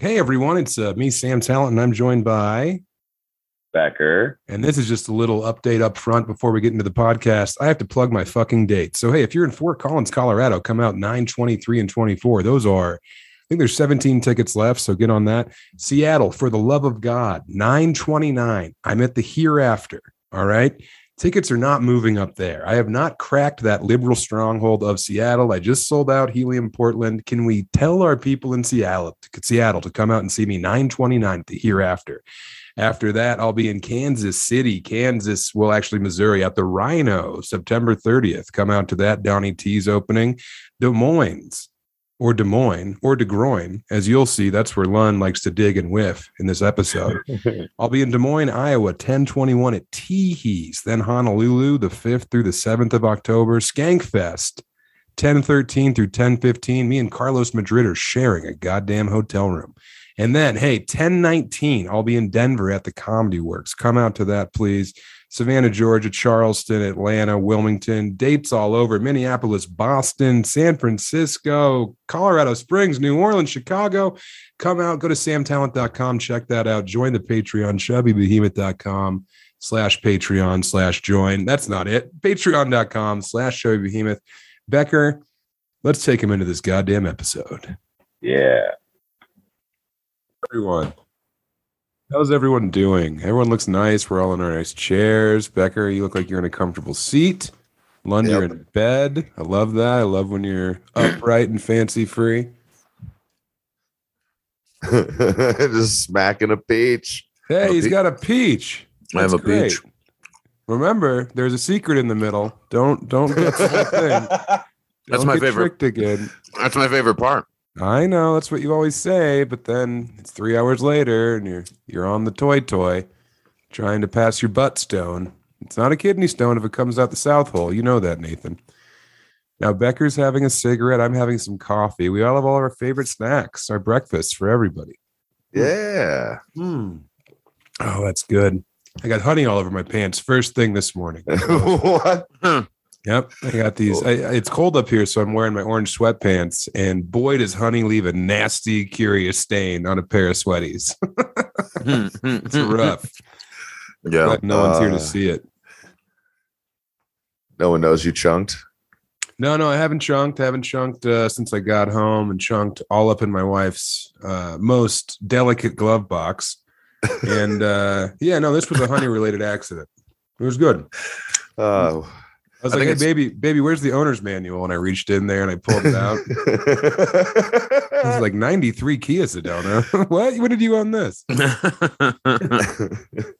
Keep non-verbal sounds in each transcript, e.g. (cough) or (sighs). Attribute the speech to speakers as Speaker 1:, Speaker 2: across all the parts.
Speaker 1: Hey everyone, it's uh, me, Sam Talent, and I'm joined by.
Speaker 2: (laughs)
Speaker 3: Becker.
Speaker 1: And this is just a little update up front before we get into the podcast. I have to plug my fucking date. So hey, if you're in Fort Collins, Colorado, come out 9, 23, and 24. Those are, I think there's 17 tickets left, so get on that. Seattle, for the love of God, 929. I'm at the hereafter. All right. Tickets are not moving up there. I have not cracked that liberal stronghold of Seattle. I just sold out Helium Portland. Can we tell our people in Seattle, Seattle to come out and see me 929 the hereafter? After that, I'll be in Kansas City, Kansas, well, actually, Missouri, at the Rhino, September 30th. Come out to that Donnie T's opening. Des Moines, or Des Moines, or De Groin, as you'll see, that's where Lund likes to dig and whiff in this episode. I'll be in Des Moines, Iowa, 1021 at Teehees, then Honolulu, the 5th through the 7th of October, Skankfest, 1013 through 1015. Me and Carlos Madrid are sharing a goddamn hotel room. And then, hey, 1019, I'll be in Denver at the Comedy Works. Come out to that, please. Savannah, Georgia, Charleston, Atlanta, Wilmington, dates all over Minneapolis, Boston, San Francisco, Colorado Springs, New Orleans, Chicago. Come out, go to samtalent.com, check that out. Join the Patreon, chubbybehemoth.com slash Patreon slash join. That's not it. Patreon.com slash chubbybehemoth. Becker, let's take him into this goddamn episode.
Speaker 3: Yeah.
Speaker 1: Everyone. How's everyone doing? Everyone looks nice. We're all in our nice chairs. Becker, you look like you're in a comfortable seat. Lund, you're
Speaker 3: Yep.
Speaker 1: in bed. I love that. I love when you're upright and fancy free.
Speaker 2: (laughs)
Speaker 3: Just smacking a peach.
Speaker 1: Hey,
Speaker 3: A
Speaker 1: he's
Speaker 3: peach.
Speaker 1: got a peach.
Speaker 3: I have
Speaker 1: That's
Speaker 3: a
Speaker 1: great.
Speaker 3: peach.
Speaker 1: Remember, there's a secret in the middle. Don't don't
Speaker 3: (laughs)
Speaker 1: get the whole thing.
Speaker 3: That's
Speaker 1: Don't
Speaker 3: my
Speaker 1: get
Speaker 3: favorite.
Speaker 1: tricked again.
Speaker 3: That's my favorite part.
Speaker 1: I know that's what you always say, but then it's three hours later and you're you're on the toy toy trying to pass your butt stone. It's not a kidney stone if it comes out the south hole. You know that, Nathan. Now Becker's having a cigarette. I'm having some coffee. We all have all our favorite snacks, our breakfasts for everybody.
Speaker 2: Yeah.
Speaker 3: Hmm.
Speaker 1: Oh, that's good. I got honey all over my pants first thing this morning.
Speaker 2: (laughs) what?
Speaker 1: Yep, I got these. I, I- it's cold up here, so I'm wearing my orange sweatpants. And boy, does honey leave a nasty, curious stain on a pair of sweaties. (laughs) It's rough.
Speaker 2: Yeah.
Speaker 1: Glad no one's here
Speaker 2: Mm-hmm. uh,
Speaker 1: to see it.
Speaker 2: No one knows you chunked.
Speaker 1: No, no, I haven't chunked. haven't chunked uh, since I got home, and chunked all up in my wife's uh, most delicate glove box. And
Speaker 2: (laughs)
Speaker 1: uh, yeah, no, this was a honey-related accident. It was good.
Speaker 2: Oh.
Speaker 1: I was
Speaker 2: I
Speaker 1: like,
Speaker 2: think
Speaker 1: "Hey,
Speaker 2: it's-
Speaker 1: baby, baby, where's the owner's manual?" And I reached in there and I pulled it out. It was like 93 Kia Sedona. (laughs) what? When did you own this?
Speaker 2: (laughs)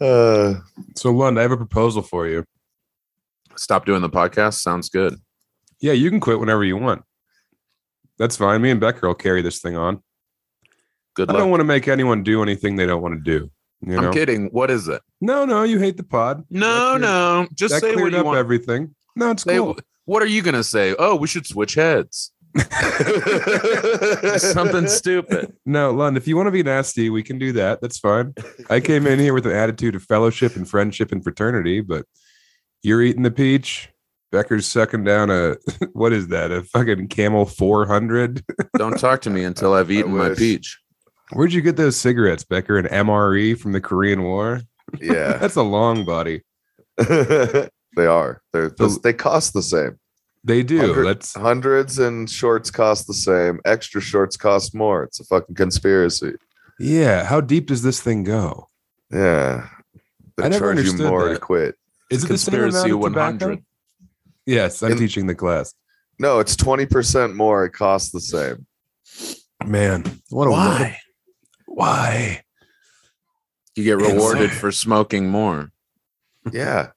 Speaker 2: uh,
Speaker 1: So, Lund, I have a proposal for you.
Speaker 3: Stop doing the podcast. Sounds good.
Speaker 1: Yeah, you can quit whenever you want. That's fine. Me and Becker will carry this thing on.
Speaker 3: Good
Speaker 1: I don't
Speaker 3: luck.
Speaker 1: want to make anyone do anything they don't want to do. You know?
Speaker 3: I'm kidding. What is it?
Speaker 1: No, no, you hate the pod.
Speaker 3: No,
Speaker 1: That cleared-
Speaker 3: no. Just
Speaker 1: that
Speaker 3: say
Speaker 1: cleared
Speaker 3: what you
Speaker 1: up
Speaker 3: want.
Speaker 1: everything. No, it's
Speaker 3: Say
Speaker 1: cool.
Speaker 3: wh- What are you gonna say? Oh, we should
Speaker 1: (laughs)
Speaker 3: switch heads. Something stupid.
Speaker 1: No, Lund, if you want to be nasty, we can do that. That's
Speaker 3: (laughs)
Speaker 1: fine. I came in here with an attitude of fellowship and friendship and fraternity, but you're eating the peach. Becker's sucking down a (laughs) what is that? A fucking camel 400.
Speaker 3: Don't talk to me until I've eaten my
Speaker 2: wish.
Speaker 3: peach.
Speaker 1: Where'd you get those cigarettes, Becker? An MRE from the Korean War? (laughs)
Speaker 2: yeah.
Speaker 1: That's a long body.
Speaker 2: (laughs) they are. They're
Speaker 1: So-
Speaker 2: they cost the same.
Speaker 1: They do.
Speaker 2: Hundred-
Speaker 1: That's
Speaker 2: Hundreds and shorts cost the same. Extra shorts cost more. It's a fucking conspiracy.
Speaker 1: yeah. How deep does this thing go?
Speaker 2: Yeah. They
Speaker 1: I never
Speaker 2: charge you
Speaker 1: understood
Speaker 2: more
Speaker 1: that.
Speaker 2: to quit.
Speaker 1: Is it the
Speaker 3: Conspiracy
Speaker 1: same amount of tobacco?
Speaker 3: 100.
Speaker 1: Yes, I'm
Speaker 2: In-
Speaker 1: teaching the class.
Speaker 2: No, it's 20% more. It costs the same.
Speaker 1: Man, what a
Speaker 3: Why?
Speaker 1: Why?
Speaker 3: You get
Speaker 1: Inside.
Speaker 3: rewarded for smoking more.
Speaker 2: Yeah.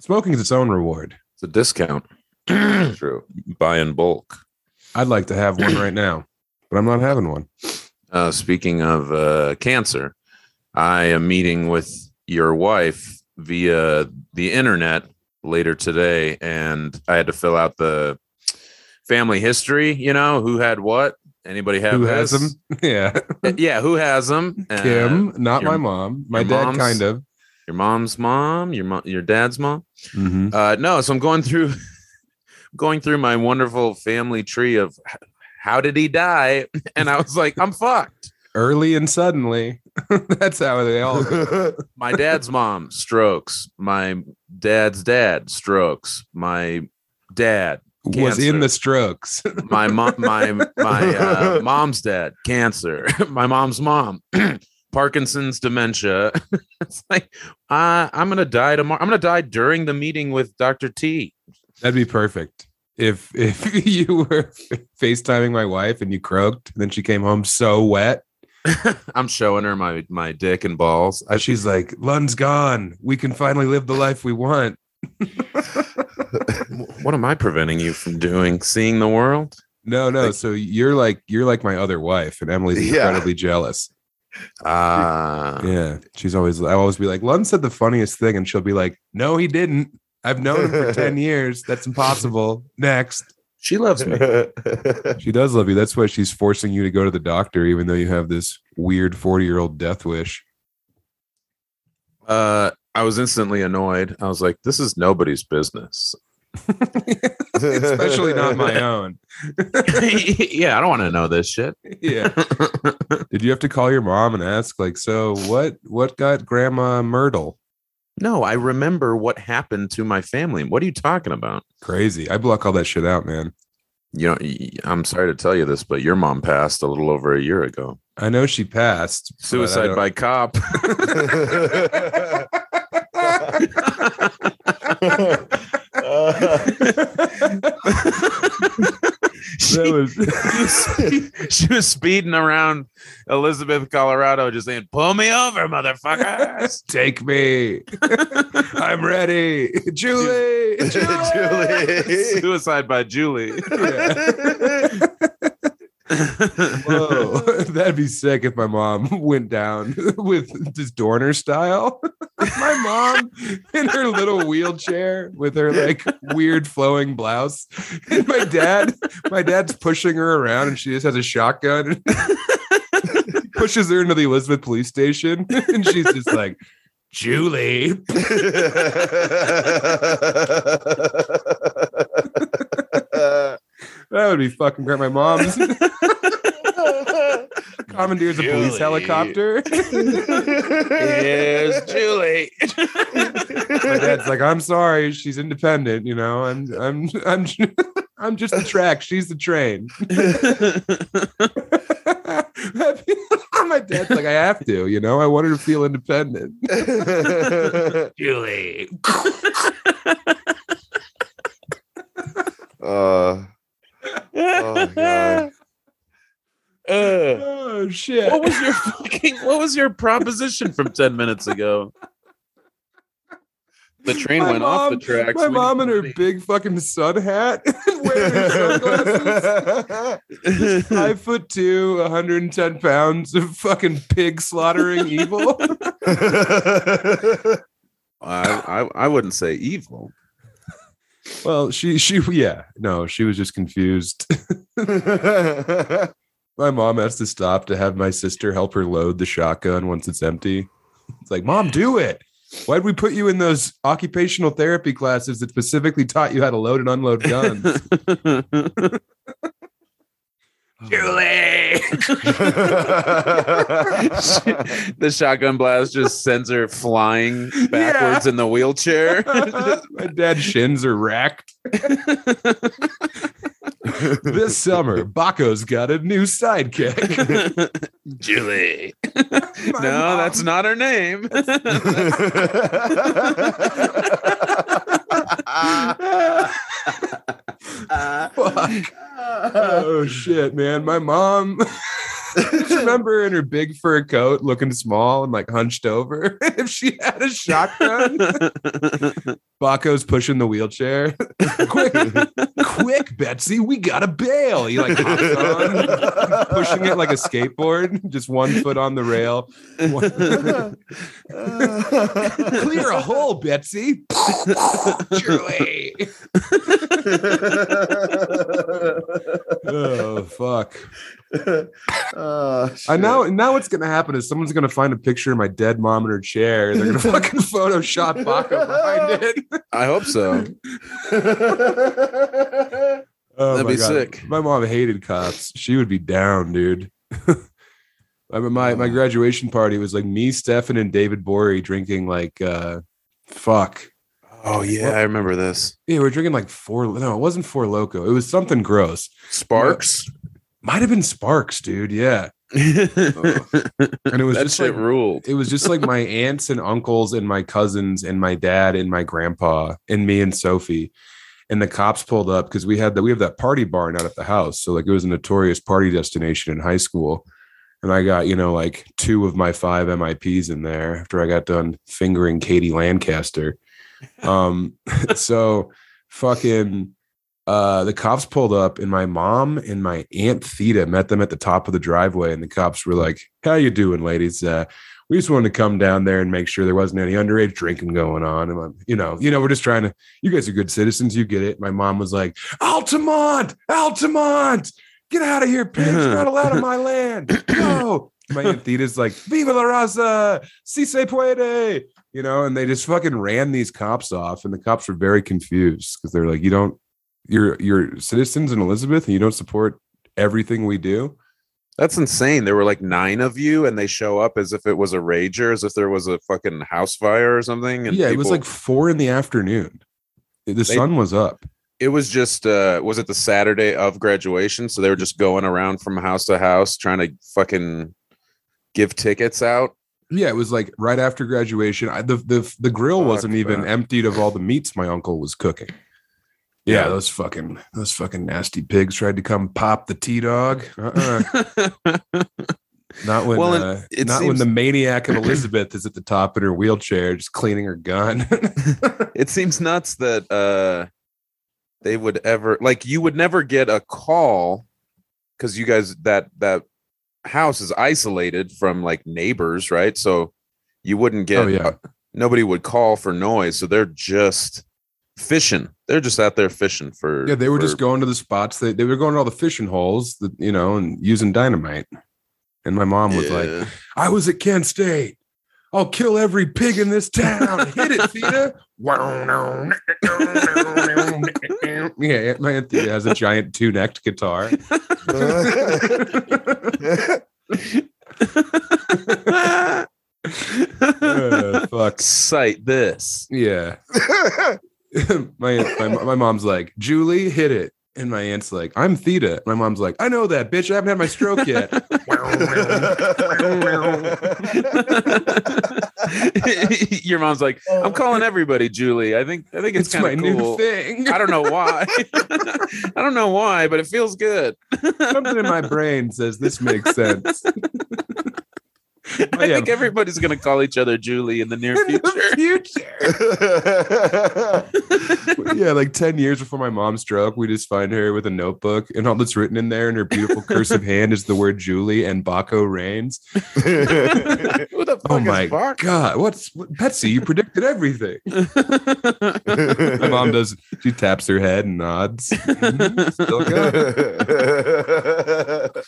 Speaker 1: Smoking is its own reward.
Speaker 3: It's a discount. (clears throat) Buy
Speaker 1: (laughs)
Speaker 2: True.
Speaker 3: in bulk.
Speaker 1: I'd like to have one right now, but I'm not having one. (laughs)
Speaker 3: Uh, speaking of uh, cancer, I am meeting with your wife via the internet later today, and I had to fill out the family history. You know who had what? Anybody have
Speaker 1: Who has
Speaker 3: this?
Speaker 1: them? Yeah.
Speaker 3: (laughs) Yeah, who has them?
Speaker 1: Kim, not
Speaker 3: Uh, your-
Speaker 1: my mom. My
Speaker 3: your
Speaker 1: dad,
Speaker 3: mom's-
Speaker 1: kind of.
Speaker 3: your mom's mom, your mom, your dad's mom. Mm-hmm. (laughs) Uh, no, so I'm going through going through my wonderful family tree of h- how did he die? (laughs) And I was like, I'm fucked.
Speaker 1: Early and suddenly. (laughs) That's how they
Speaker 2: (laughs)
Speaker 1: all
Speaker 3: My dad's mom strokes. My dad's dad strokes. My dad
Speaker 1: was
Speaker 3: Cancer.
Speaker 1: in the strokes.
Speaker 3: my mom my my uh, mom's dad cancer (laughs) my mom's mom (clears throat) parkinson's dementia (laughs) it's like uh, i'm gonna die tomorrow i'm gonna die during the meeting with dr t
Speaker 1: That'd be perfect. If (laughs) if you were FaceTiming my wife and you croaked, and then she came home so wet.
Speaker 3: i'm showing her my my dick and balls I,
Speaker 1: uh, She's like, Lun's gone. We can finally live the life we want.
Speaker 3: what am i preventing you from doing seeing the world
Speaker 1: No, no.
Speaker 2: Like-
Speaker 1: so you're like you're like my other wife, and Emily's
Speaker 2: Yeah.
Speaker 1: incredibly jealous.
Speaker 3: ah
Speaker 1: (laughs) Yeah. She's always I always be like, Lund said the funniest thing, and she'll be like, No, he didn't. I've known him
Speaker 2: (laughs)
Speaker 1: for 10 years. That's impossible. Next.
Speaker 3: she loves me
Speaker 1: She does love you. That's why she's forcing you to go to the doctor, even though you have this weird 40 year old death wish. (laughs)
Speaker 3: uh i was instantly annoyed i was like this is nobody's business
Speaker 1: Especially not
Speaker 2: (laughs)
Speaker 1: my own.
Speaker 3: (laughs) yeah i don't want to know this shit
Speaker 1: Yeah. (laughs) Did you have to call your mom and ask, like, so what what got grandma Myrtle?
Speaker 3: No, I remember what happened to my family. What are you talking about?
Speaker 1: Crazy. I block all that shit out, man.
Speaker 3: You know, y- I'm sorry to tell you this, but your mom passed a little over a year ago.
Speaker 1: I know she passed. but I
Speaker 3: Suicide
Speaker 1: don't-
Speaker 3: by cop.
Speaker 1: (laughs)
Speaker 3: (laughs)
Speaker 1: That
Speaker 3: she,
Speaker 1: was
Speaker 3: (laughs) she was speeding around Elizabeth, Colorado, just saying, "Pull me over,
Speaker 1: (laughs)
Speaker 3: motherfuckers." (laughs)
Speaker 1: take me. I'm ready. Julie.
Speaker 3: (laughs)
Speaker 2: Julie.
Speaker 3: Suicide by Julie.
Speaker 1: Yeah.
Speaker 3: (laughs)
Speaker 1: Whoa, (laughs) that'd be sick if my mom (laughs) went down with just Dorner style. (laughs) my mom in her little wheelchair with her like weird flowing blouse. (laughs) And my dad, my dad's pushing her around and she just has a shotgun and (laughs) pushes her into the Elizabeth police station. (laughs) And she's just like, Julie. That would be fucking great. My mom's (laughs) commandeers a police
Speaker 3: Julie.
Speaker 1: helicopter.
Speaker 3: Here's Julie.
Speaker 1: my dad's like, I'm sorry, she's independent. You know, I'm, I'm, I'm, (laughs) I'm just the track. She's the train. (laughs)
Speaker 3: (laughs)
Speaker 1: my dad's like, I have to. You know, I want her to feel independent.
Speaker 3: Julie.
Speaker 2: uh, Oh, God.
Speaker 3: (laughs) Uh,
Speaker 1: Oh shit!
Speaker 3: what was your fucking what was your proposition from 10 minutes ago? The train
Speaker 1: My
Speaker 3: went off the
Speaker 1: mom-
Speaker 3: tracks.
Speaker 1: my
Speaker 3: We-
Speaker 1: mom in her big fucking sun hat, (laughs) and wearing her sunglasses.
Speaker 3: (laughs)
Speaker 1: (laughs) Five foot two, 110 pounds of fucking pig slaughtering evil.
Speaker 3: (laughs) I, I I wouldn't say evil. (laughs)
Speaker 1: well, she, she, yeah, no, she was just confused. my mom has to stop to have my sister help her load the shotgun once it's empty. It's like, mom, do it. Why'd we put you in those occupational therapy classes that specifically taught you how to load and unload guns?
Speaker 3: (laughs) Julie. the shotgun blast just sends her flying backwards in the wheelchair.
Speaker 1: (laughs) my dad's shins are racked. This
Speaker 3: (laughs)
Speaker 1: summer, Baco's got a new sidekick.
Speaker 3: Julie. no,
Speaker 1: mom.
Speaker 3: that's not her name. (laughs)
Speaker 1: Fuck. (laughs) Oh shit, man. My mom (laughs) I just remember in her big fur coat looking small and like hunched over. (laughs) if she had a shotgun, Baco's pushing the wheelchair. (laughs) quick, quick, Betsy, we gotta bail. He like hops on, pushing it like a skateboard, just one foot on the rail. One- Clear a hole, Betsy. Julie. oh fuck.
Speaker 2: oh,
Speaker 1: I know now what's gonna happen is someone's gonna find a picture of my dead mom in her chair. They're gonna fucking Photoshop Baco behind it.
Speaker 3: I hope so.
Speaker 2: shit.
Speaker 1: Oh
Speaker 3: That'd
Speaker 1: my
Speaker 3: be
Speaker 1: God.
Speaker 3: sick.
Speaker 1: My mom hated cops. She would be down, dude. (laughs) I mean, my my graduation party was like me, Stefan, and David Bory drinking like uh fuck.
Speaker 3: Oh yeah, I remember this.
Speaker 1: Yeah, we were drinking like four. No, it wasn't four loco. It was something gross.
Speaker 3: Sparks.
Speaker 1: Might have been Sparks, dude. Yeah,
Speaker 3: Oh, that
Speaker 1: and it was just
Speaker 3: shit
Speaker 1: like
Speaker 3: ruled.
Speaker 1: (laughs) it was just like my aunts and uncles and my cousins and my dad and my grandpa and me and Sophie. And the cops pulled up because we had that we have that party barn out at the house. So like it was a notorious party destination in high school. And I got, you know, like two of my five MIPs in there after I got done fingering Katie Lancaster. Um, (laughs) so fucking uh the cops pulled up and my mom and my aunt Theta met them at the top of the driveway and the cops were like, How you doing, ladies? Uh we just wanted to come down there and make sure there wasn't any underage drinking going on. And I'm, you know, you know, we're just trying to. You guys are good citizens. You get it. My mom was like, Altamont, Altamont, get out of here, pigs! You're not allowed on my
Speaker 3: (coughs)
Speaker 1: land. No. My aunt Theta's like, Viva la raza, si se puede. You know, and they just fucking ran these cops off, and the cops were very confused because they're like, you don't, you're you're citizens in Elizabeth, and you don't support everything we do.
Speaker 3: That's insane. There were like nine of you, and they show up as if it was a rager, as if there was a fucking house fire or something. And
Speaker 1: yeah, it was
Speaker 3: people-
Speaker 1: like four in the afternoon. The sun was up.
Speaker 3: it was just uh was it the Saturday of graduation? So they were just going around from house to house trying to fucking give tickets (laughs) out.
Speaker 1: Yeah, it was like right after graduation. I, the the the grill
Speaker 3: Fuck
Speaker 1: wasn't even
Speaker 3: that.
Speaker 1: emptied of all the meats my uncle was cooking. Yeah,
Speaker 3: Yeah.
Speaker 1: those fucking those fucking nasty pigs tried to come pop the tea dog.
Speaker 3: (laughs)
Speaker 1: Uh-uh. Not when
Speaker 3: Well, and
Speaker 1: uh,
Speaker 3: it
Speaker 1: not when
Speaker 3: seems-
Speaker 1: the maniac of Elizabeth is at the top in her wheelchair, just cleaning her
Speaker 3: (laughs)
Speaker 1: gun.
Speaker 3: it seems nuts that uh they would ever like you would never get a call because you guys that that house is isolated from like neighbors, right? So you wouldn't get
Speaker 1: Oh, yeah.
Speaker 3: nobody would call for noise. So they're just fishing. They're just out there fishing for
Speaker 1: yeah, they were
Speaker 3: for-
Speaker 1: just going to the spots. They they were going to all the fishing holes, that, you know, and using dynamite. And my mom was like,
Speaker 3: Yeah.
Speaker 1: I was at Kent State. I'll kill every pig in this town. Hit it, (laughs) Theta. (laughs) yeah, yeah, my Aunt Theta has a giant two-necked
Speaker 3: (laughs)
Speaker 1: guitar. (laughs) Uh, fuck.
Speaker 3: Cite this. (laughs)
Speaker 1: Yeah. (laughs) my, aunt- my my mom's like, Julie, hit it. And my aunt's like, I'm Theta. My mom's like, I know that, bitch. I haven't had my stroke
Speaker 3: (laughs)
Speaker 1: yet.
Speaker 3: Your mom's like, I'm calling everybody Julie. I think I think it's,
Speaker 1: It's,
Speaker 3: kind
Speaker 1: my
Speaker 3: of
Speaker 1: new
Speaker 3: cool.
Speaker 1: thing.
Speaker 3: I don't know why. (laughs) I don't know why, but it feels good.
Speaker 1: Something in my brain says this makes
Speaker 3: (laughs)
Speaker 1: sense.
Speaker 3: I think everybody's gonna call each other Julie in the near
Speaker 1: Oh, (laughs) In the
Speaker 3: future.
Speaker 1: future. yeah, like 10 years before my mom stroke, we just find her with a notebook and all that's written in there in her beautiful
Speaker 3: (laughs)
Speaker 1: cursive hand is the word Julie and Baco Reigns.
Speaker 3: Who the fuck
Speaker 1: Oh
Speaker 3: is
Speaker 1: my
Speaker 3: Bach?
Speaker 1: God, what's what, Betsy? You predicted everything. My mom does, she taps her head and nods. Mhm,
Speaker 2: (laughs)
Speaker 1: Still good.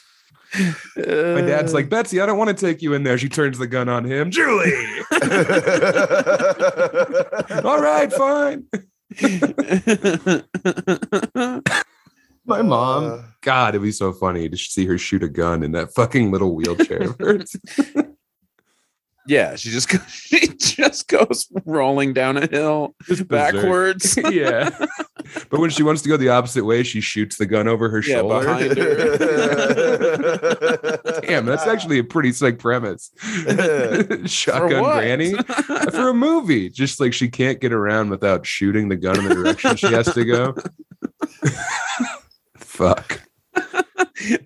Speaker 1: My dad's like, Betsy, I don't want to take you in there. She turns the gun on him. Julie. (laughs) All right, fine.
Speaker 3: Uh,
Speaker 1: My mom. God, it'd be so funny to see her shoot a gun in that fucking little wheelchair. (laughs) of hers.
Speaker 3: (laughs) yeah, she just goes, (laughs) she just goes rolling down a hill
Speaker 1: Just berserk. (laughs)
Speaker 3: backwards.
Speaker 1: yeah. But when she wants to go the opposite way, she shoots the gun over her
Speaker 3: Yeah,
Speaker 1: shoulder.
Speaker 3: behind-
Speaker 1: Damn, that's
Speaker 2: (laughs)
Speaker 1: actually a pretty sick premise. (laughs) Shotgun
Speaker 3: what?
Speaker 1: (laughs) granny for a movie. Just like she can't get around without shooting the gun in the direction she has to (laughs) go. Fuck.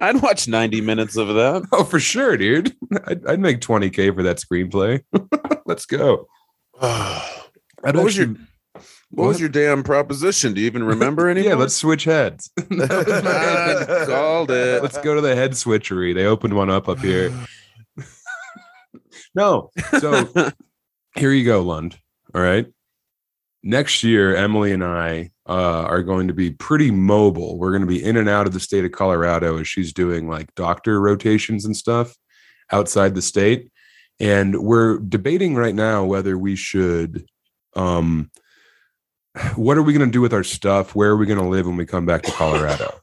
Speaker 3: I'd watch 90 minutes of that.
Speaker 1: Oh, for sure, dude. I'd, I'd make 20K for that screenplay. (laughs) Let's go. I'd
Speaker 3: What was your-
Speaker 1: actually-
Speaker 3: What was your damn proposition? Do
Speaker 1: (laughs)
Speaker 3: you even remember any?
Speaker 1: Yeah, let's switch heads.
Speaker 3: called it.
Speaker 1: Let's go to the head switchery. They opened one up up here. No. So here you go, Lund. All right. Next year, Emily and I uh, are going to be pretty mobile. We're going to be in and out of the state of Colorado as she's doing like doctor rotations and stuff outside the state. And we're debating right now whether we should um, what are we going to do with our stuff? Where are we going to live when we come back to Colorado?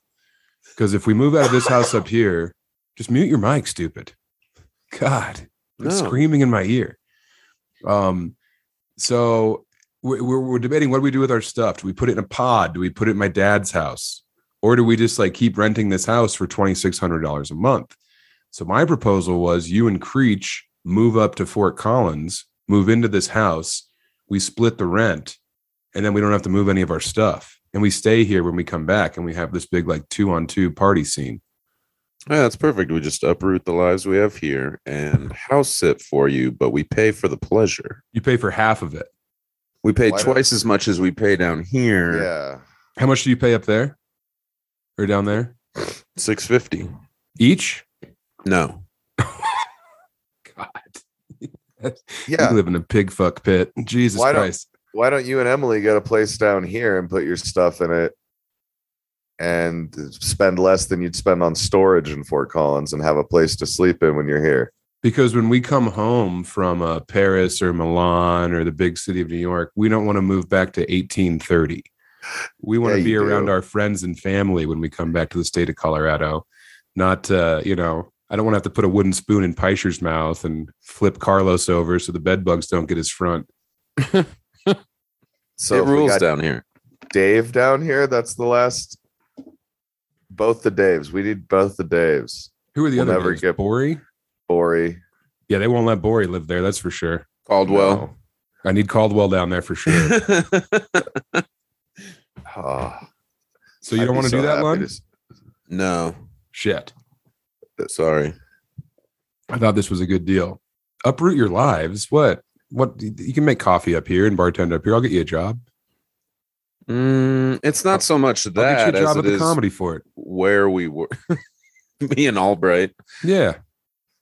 Speaker 1: Because if we move out of this house up here, just mute your mic, stupid. God,
Speaker 3: No.
Speaker 1: it's screaming in my ear. Um, so we- we're, we're debating what do we do with our stuff? Do we put it in a pod? Do we put it in my dad's house? Or do we just like keep renting this house for $2,600 a month? So my proposal was you and Creech move up to Fort Collins, move into this house. We split the rent and then we don't have to move any of our stuff. And we stay here when we come back and we have this big like two on two party scene.
Speaker 3: Yeah, that's perfect. We just uproot the lives we have here and house it for you, but we pay for the pleasure.
Speaker 1: You pay for half of it.
Speaker 3: We pay
Speaker 2: Why not?
Speaker 3: twice as much as we pay down here.
Speaker 2: Yeah.
Speaker 1: How much do you pay up there or down there?
Speaker 3: Six fifty.
Speaker 1: Each?
Speaker 3: No.
Speaker 1: God. You
Speaker 2: Yeah.
Speaker 1: live in a pig fuck pit. Jesus
Speaker 2: Why don't-
Speaker 1: Christ.
Speaker 2: Why don't you and Emily get a place down here and put your stuff in it and spend less than you'd spend on storage in Fort Collins and have a place to sleep in when you're here?
Speaker 1: Because when we come home from uh, Paris or Milan or the big city of New York, we don't want to move back to 1830. We want
Speaker 2: Yeah,
Speaker 1: to
Speaker 2: you
Speaker 1: be
Speaker 2: do.
Speaker 1: around our friends and family when we come back to the state of Colorado. Not, uh, you know, I don't want to have to put a wooden spoon in Peischer's mouth and flip Carlos over so the bed bugs don't get his front.
Speaker 2: So
Speaker 3: it
Speaker 2: if we
Speaker 3: rules
Speaker 2: got
Speaker 3: down here.
Speaker 2: Dave down here, that's the last. Both the Daves. We need both the Daves.
Speaker 1: Who are the
Speaker 2: We'll
Speaker 1: other
Speaker 2: never
Speaker 1: ones?
Speaker 2: get-
Speaker 1: Bori?
Speaker 2: Bori.
Speaker 1: Yeah, they won't let Bori live there. That's for sure.
Speaker 3: Caldwell.
Speaker 1: I need Caldwell down there for sure.
Speaker 2: (laughs) No. Ah,
Speaker 1: So you
Speaker 2: I'd
Speaker 1: don't
Speaker 2: be
Speaker 1: want to
Speaker 2: so
Speaker 1: do that,
Speaker 2: happy
Speaker 1: Lon?
Speaker 2: to s-
Speaker 3: (laughs) no.
Speaker 1: Shit. Uh,
Speaker 3: Sorry.
Speaker 1: I thought this was a good deal. Uproot your lives. What? What? You can make coffee up here and bartend up here. I'll get you a job.
Speaker 3: Mm, it's not so much
Speaker 1: I'll get
Speaker 3: that
Speaker 1: you a
Speaker 3: as
Speaker 1: job at
Speaker 3: it
Speaker 1: the
Speaker 3: is
Speaker 1: comedy for it.
Speaker 3: where we were. (laughs) Me and Albright.
Speaker 1: Yeah,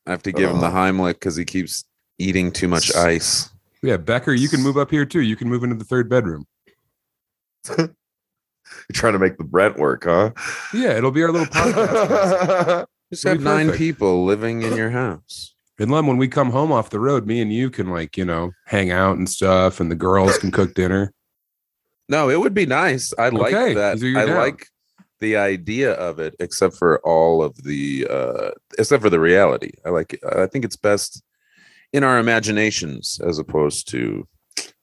Speaker 3: I have to give him the
Speaker 1: Uh-huh.
Speaker 2: Oh.
Speaker 3: Heimlich because he keeps eating too much
Speaker 2: S-
Speaker 3: ice.
Speaker 1: yeah. Becker, you can move up here too. You can move into the third bedroom.
Speaker 2: You're trying to make the rent
Speaker 1: (laughs)
Speaker 2: work, huh?
Speaker 1: Yeah, it'll be our little
Speaker 3: (laughs)
Speaker 1: podcast.
Speaker 3: Just
Speaker 1: It'll
Speaker 3: have
Speaker 1: be
Speaker 3: nine
Speaker 1: perfect.
Speaker 3: people living in your house.
Speaker 1: and Lem, when we come home off the road, me and you can like you know hang out and stuff, and the girls can cook dinner.
Speaker 3: No, it would be nice. I like
Speaker 1: Okay,
Speaker 3: that.
Speaker 1: so you're
Speaker 3: I
Speaker 1: down.
Speaker 3: like the idea of it, except for all of the, uh, except for the reality. I like. It. I think it's best in our imaginations as opposed to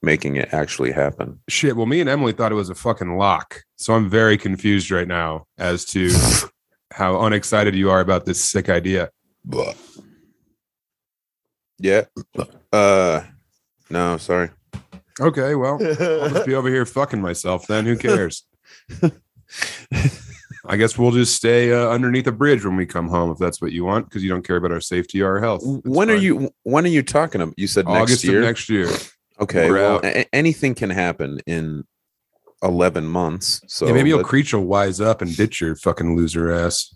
Speaker 3: making it actually happen.
Speaker 1: Shit. Well, me and Emily thought it was a fucking lock, so I'm very confused right now as
Speaker 3: (laughs)
Speaker 1: to how unexcited you are about this sick idea.
Speaker 3: Yeah. Uh, no, sorry.
Speaker 1: Okay, well, I'll just be over here fucking myself then. Who
Speaker 3: (laughs)
Speaker 1: cares? I guess we'll just stay uh, underneath a bridge when we come home if that's what you want because you don't care about our safety or our health. That's
Speaker 3: When are
Speaker 1: fine.
Speaker 3: you? When are you talking? About? You said
Speaker 1: August
Speaker 3: next year.
Speaker 1: of next year.
Speaker 3: Okay,
Speaker 1: We're
Speaker 3: well,
Speaker 1: out.
Speaker 3: a- anything can happen in eleven months. So
Speaker 1: yeah, maybe you'll
Speaker 3: let-
Speaker 1: Creech will wise up and ditch your fucking loser ass.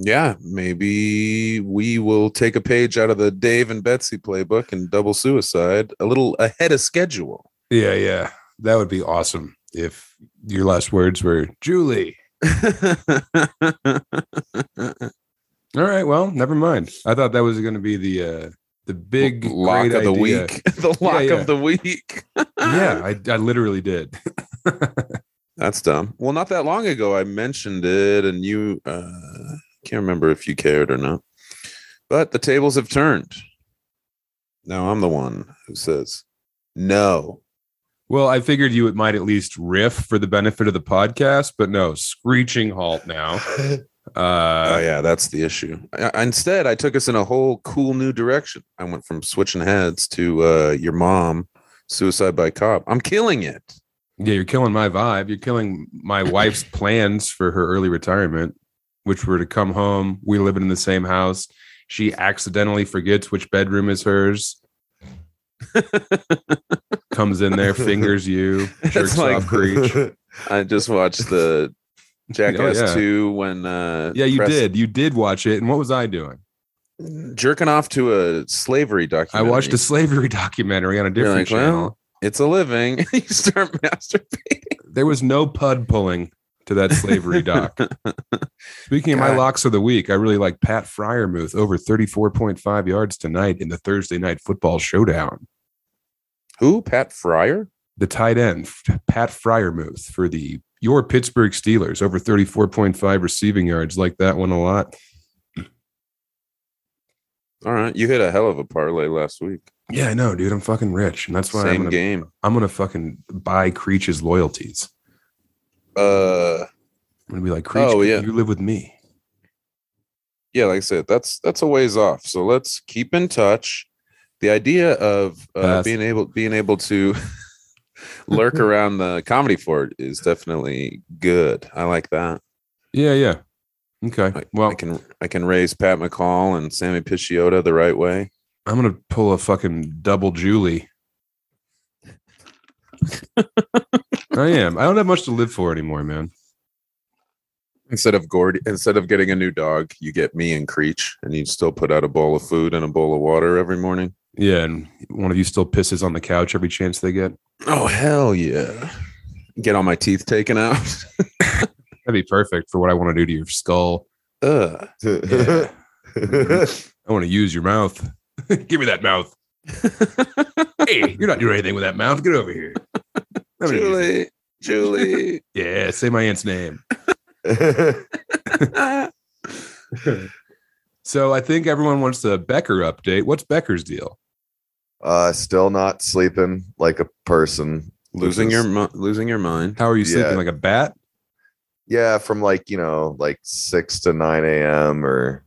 Speaker 3: yeah, maybe we will take a page out of the Dave and Betsy playbook and double suicide a little ahead of
Speaker 1: (laughs)
Speaker 3: schedule.
Speaker 1: Yeah, yeah. That would be awesome if your last words were Julie. All right, well, never mind. I thought that was going to be the uh, the big
Speaker 3: lock
Speaker 1: great
Speaker 3: of the
Speaker 1: idea.
Speaker 3: week, (laughs) the
Speaker 1: Yeah,
Speaker 3: lock
Speaker 1: yeah.
Speaker 3: of the week.
Speaker 1: yeah, I, I literally did.
Speaker 3: (laughs) That's dumb. Well, not that long ago, I mentioned it, and you uh, can't remember if you cared or not. But the tables have turned. Now I'm the one who says no.
Speaker 1: Well, I figured you would- might at least riff for the benefit of the podcast, but no, screeching halt now.
Speaker 3: Oh
Speaker 1: Uh,
Speaker 3: yeah, that's the issue. I, I- instead, I took us in a whole cool new direction. I went from switching heads to uh, your mom, suicide by cop. I'm killing it.
Speaker 1: yeah, you're killing my vibe. You're killing
Speaker 3: (laughs)
Speaker 1: my wife's plans for her early retirement, which were to come home. We live in the same house. She accidentally forgets which bedroom is
Speaker 3: (laughs)
Speaker 1: hers. Comes in there, fingers
Speaker 3: (laughs)
Speaker 1: you, jerks
Speaker 3: It's like-
Speaker 1: off
Speaker 3: (laughs)
Speaker 1: Creech.
Speaker 2: (laughs)
Speaker 3: I just
Speaker 1: (laughs)
Speaker 3: watched the Jackass
Speaker 1: Oh, yeah.
Speaker 3: two when uh,
Speaker 1: Yeah, you
Speaker 3: Press-
Speaker 1: did. You did watch it. And what was I doing?
Speaker 3: jerking off to a slavery
Speaker 1: I
Speaker 3: documentary.
Speaker 1: watched a slavery (laughs) documentary on a different
Speaker 3: like, well,
Speaker 1: channel.
Speaker 3: it's a living. (laughs) you start masturbating.
Speaker 1: there was no pud pulling to that
Speaker 3: (laughs)
Speaker 1: slavery doc. Speaking of my
Speaker 3: God.
Speaker 1: locks of the week, I really like Pat Fryermuth over 34.5 yards tonight in the Thursday night football showdown.
Speaker 3: Who? Pat Fryer?
Speaker 1: the tight end F- Pat Fryermuth for the your Pittsburgh Steelers over 34.5 receiving yards. Like that one a lot.
Speaker 3: All right, you hit a hell of a parlay last week.
Speaker 1: Yeah, I know, dude. I'm fucking rich, and that's why I'm
Speaker 3: Same
Speaker 1: gonna,
Speaker 3: game.
Speaker 1: I'm gonna fucking buy Creech's loyalties.
Speaker 3: Uh,
Speaker 1: I'm gonna be like, Creech,
Speaker 3: Oh, yeah.
Speaker 1: you live with me.
Speaker 3: yeah, like I said, that's that's a ways off. So let's keep in touch. The idea of uh,
Speaker 1: Pass.
Speaker 3: being able being able to (laughs) lurk around the comedy fort is definitely good. I like that.
Speaker 1: Yeah, yeah. Okay. well,
Speaker 3: I can I can raise Pat McCall and Sammy Pisciota the right way.
Speaker 1: I'm gonna pull a fucking double Julie. I am. I don't have much to live for anymore, man.
Speaker 3: Instead of Gordy, instead of getting a new dog, you get me and Creech, and you still put out a bowl of food and a bowl of water every morning.
Speaker 1: Yeah, and one of you still pisses on the couch every chance they get.
Speaker 3: Oh hell yeah! Get all my teeth taken out. (laughs)
Speaker 1: That'd be perfect for what I want to do to your skull.
Speaker 3: Ugh.
Speaker 1: Yeah. I want to use your mouth. (laughs) Give me that mouth. hey, you're not doing anything with that mouth. Get over here. I'm gonna use it.
Speaker 3: Julie, (laughs) Julie.
Speaker 1: Yeah, say my aunt's name.
Speaker 2: (laughs)
Speaker 1: So I think everyone wants the Becker update. What's Becker's deal?
Speaker 2: uh, still not sleeping like a person.
Speaker 3: losing your
Speaker 2: Because-
Speaker 3: mi- losing your mind.
Speaker 1: How are you sleeping
Speaker 2: Yeah.
Speaker 1: like a bat?
Speaker 2: yeah from like you know like six to nine a.m. or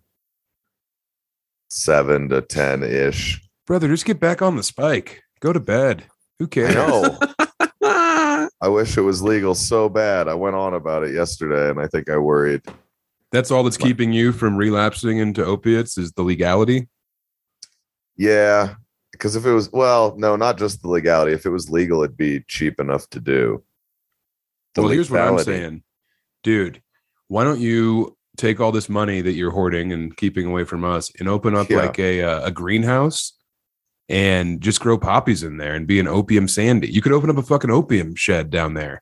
Speaker 2: seven to ten ish.
Speaker 1: Brother, just get back on the spike. Go to bed. Who
Speaker 2: I
Speaker 1: cares?
Speaker 2: know. (laughs)
Speaker 3: Ah.
Speaker 2: I wish it was legal so bad. I went on about it yesterday, and I think I worried.
Speaker 1: That's all that's keeping you from relapsing into opiates is the legality.
Speaker 2: Yeah, because if it was well, no, not just the legality. If it was legal, it'd be cheap enough to do. The
Speaker 1: well, here's what I'm
Speaker 2: lethality.
Speaker 1: saying, dude. Why don't you take all this money that you're hoarding and keeping away from us and open up
Speaker 2: Yeah.
Speaker 1: like a uh, a greenhouse and just grow poppies in there and be an opium sandy? You could open up a fucking opium shed down there.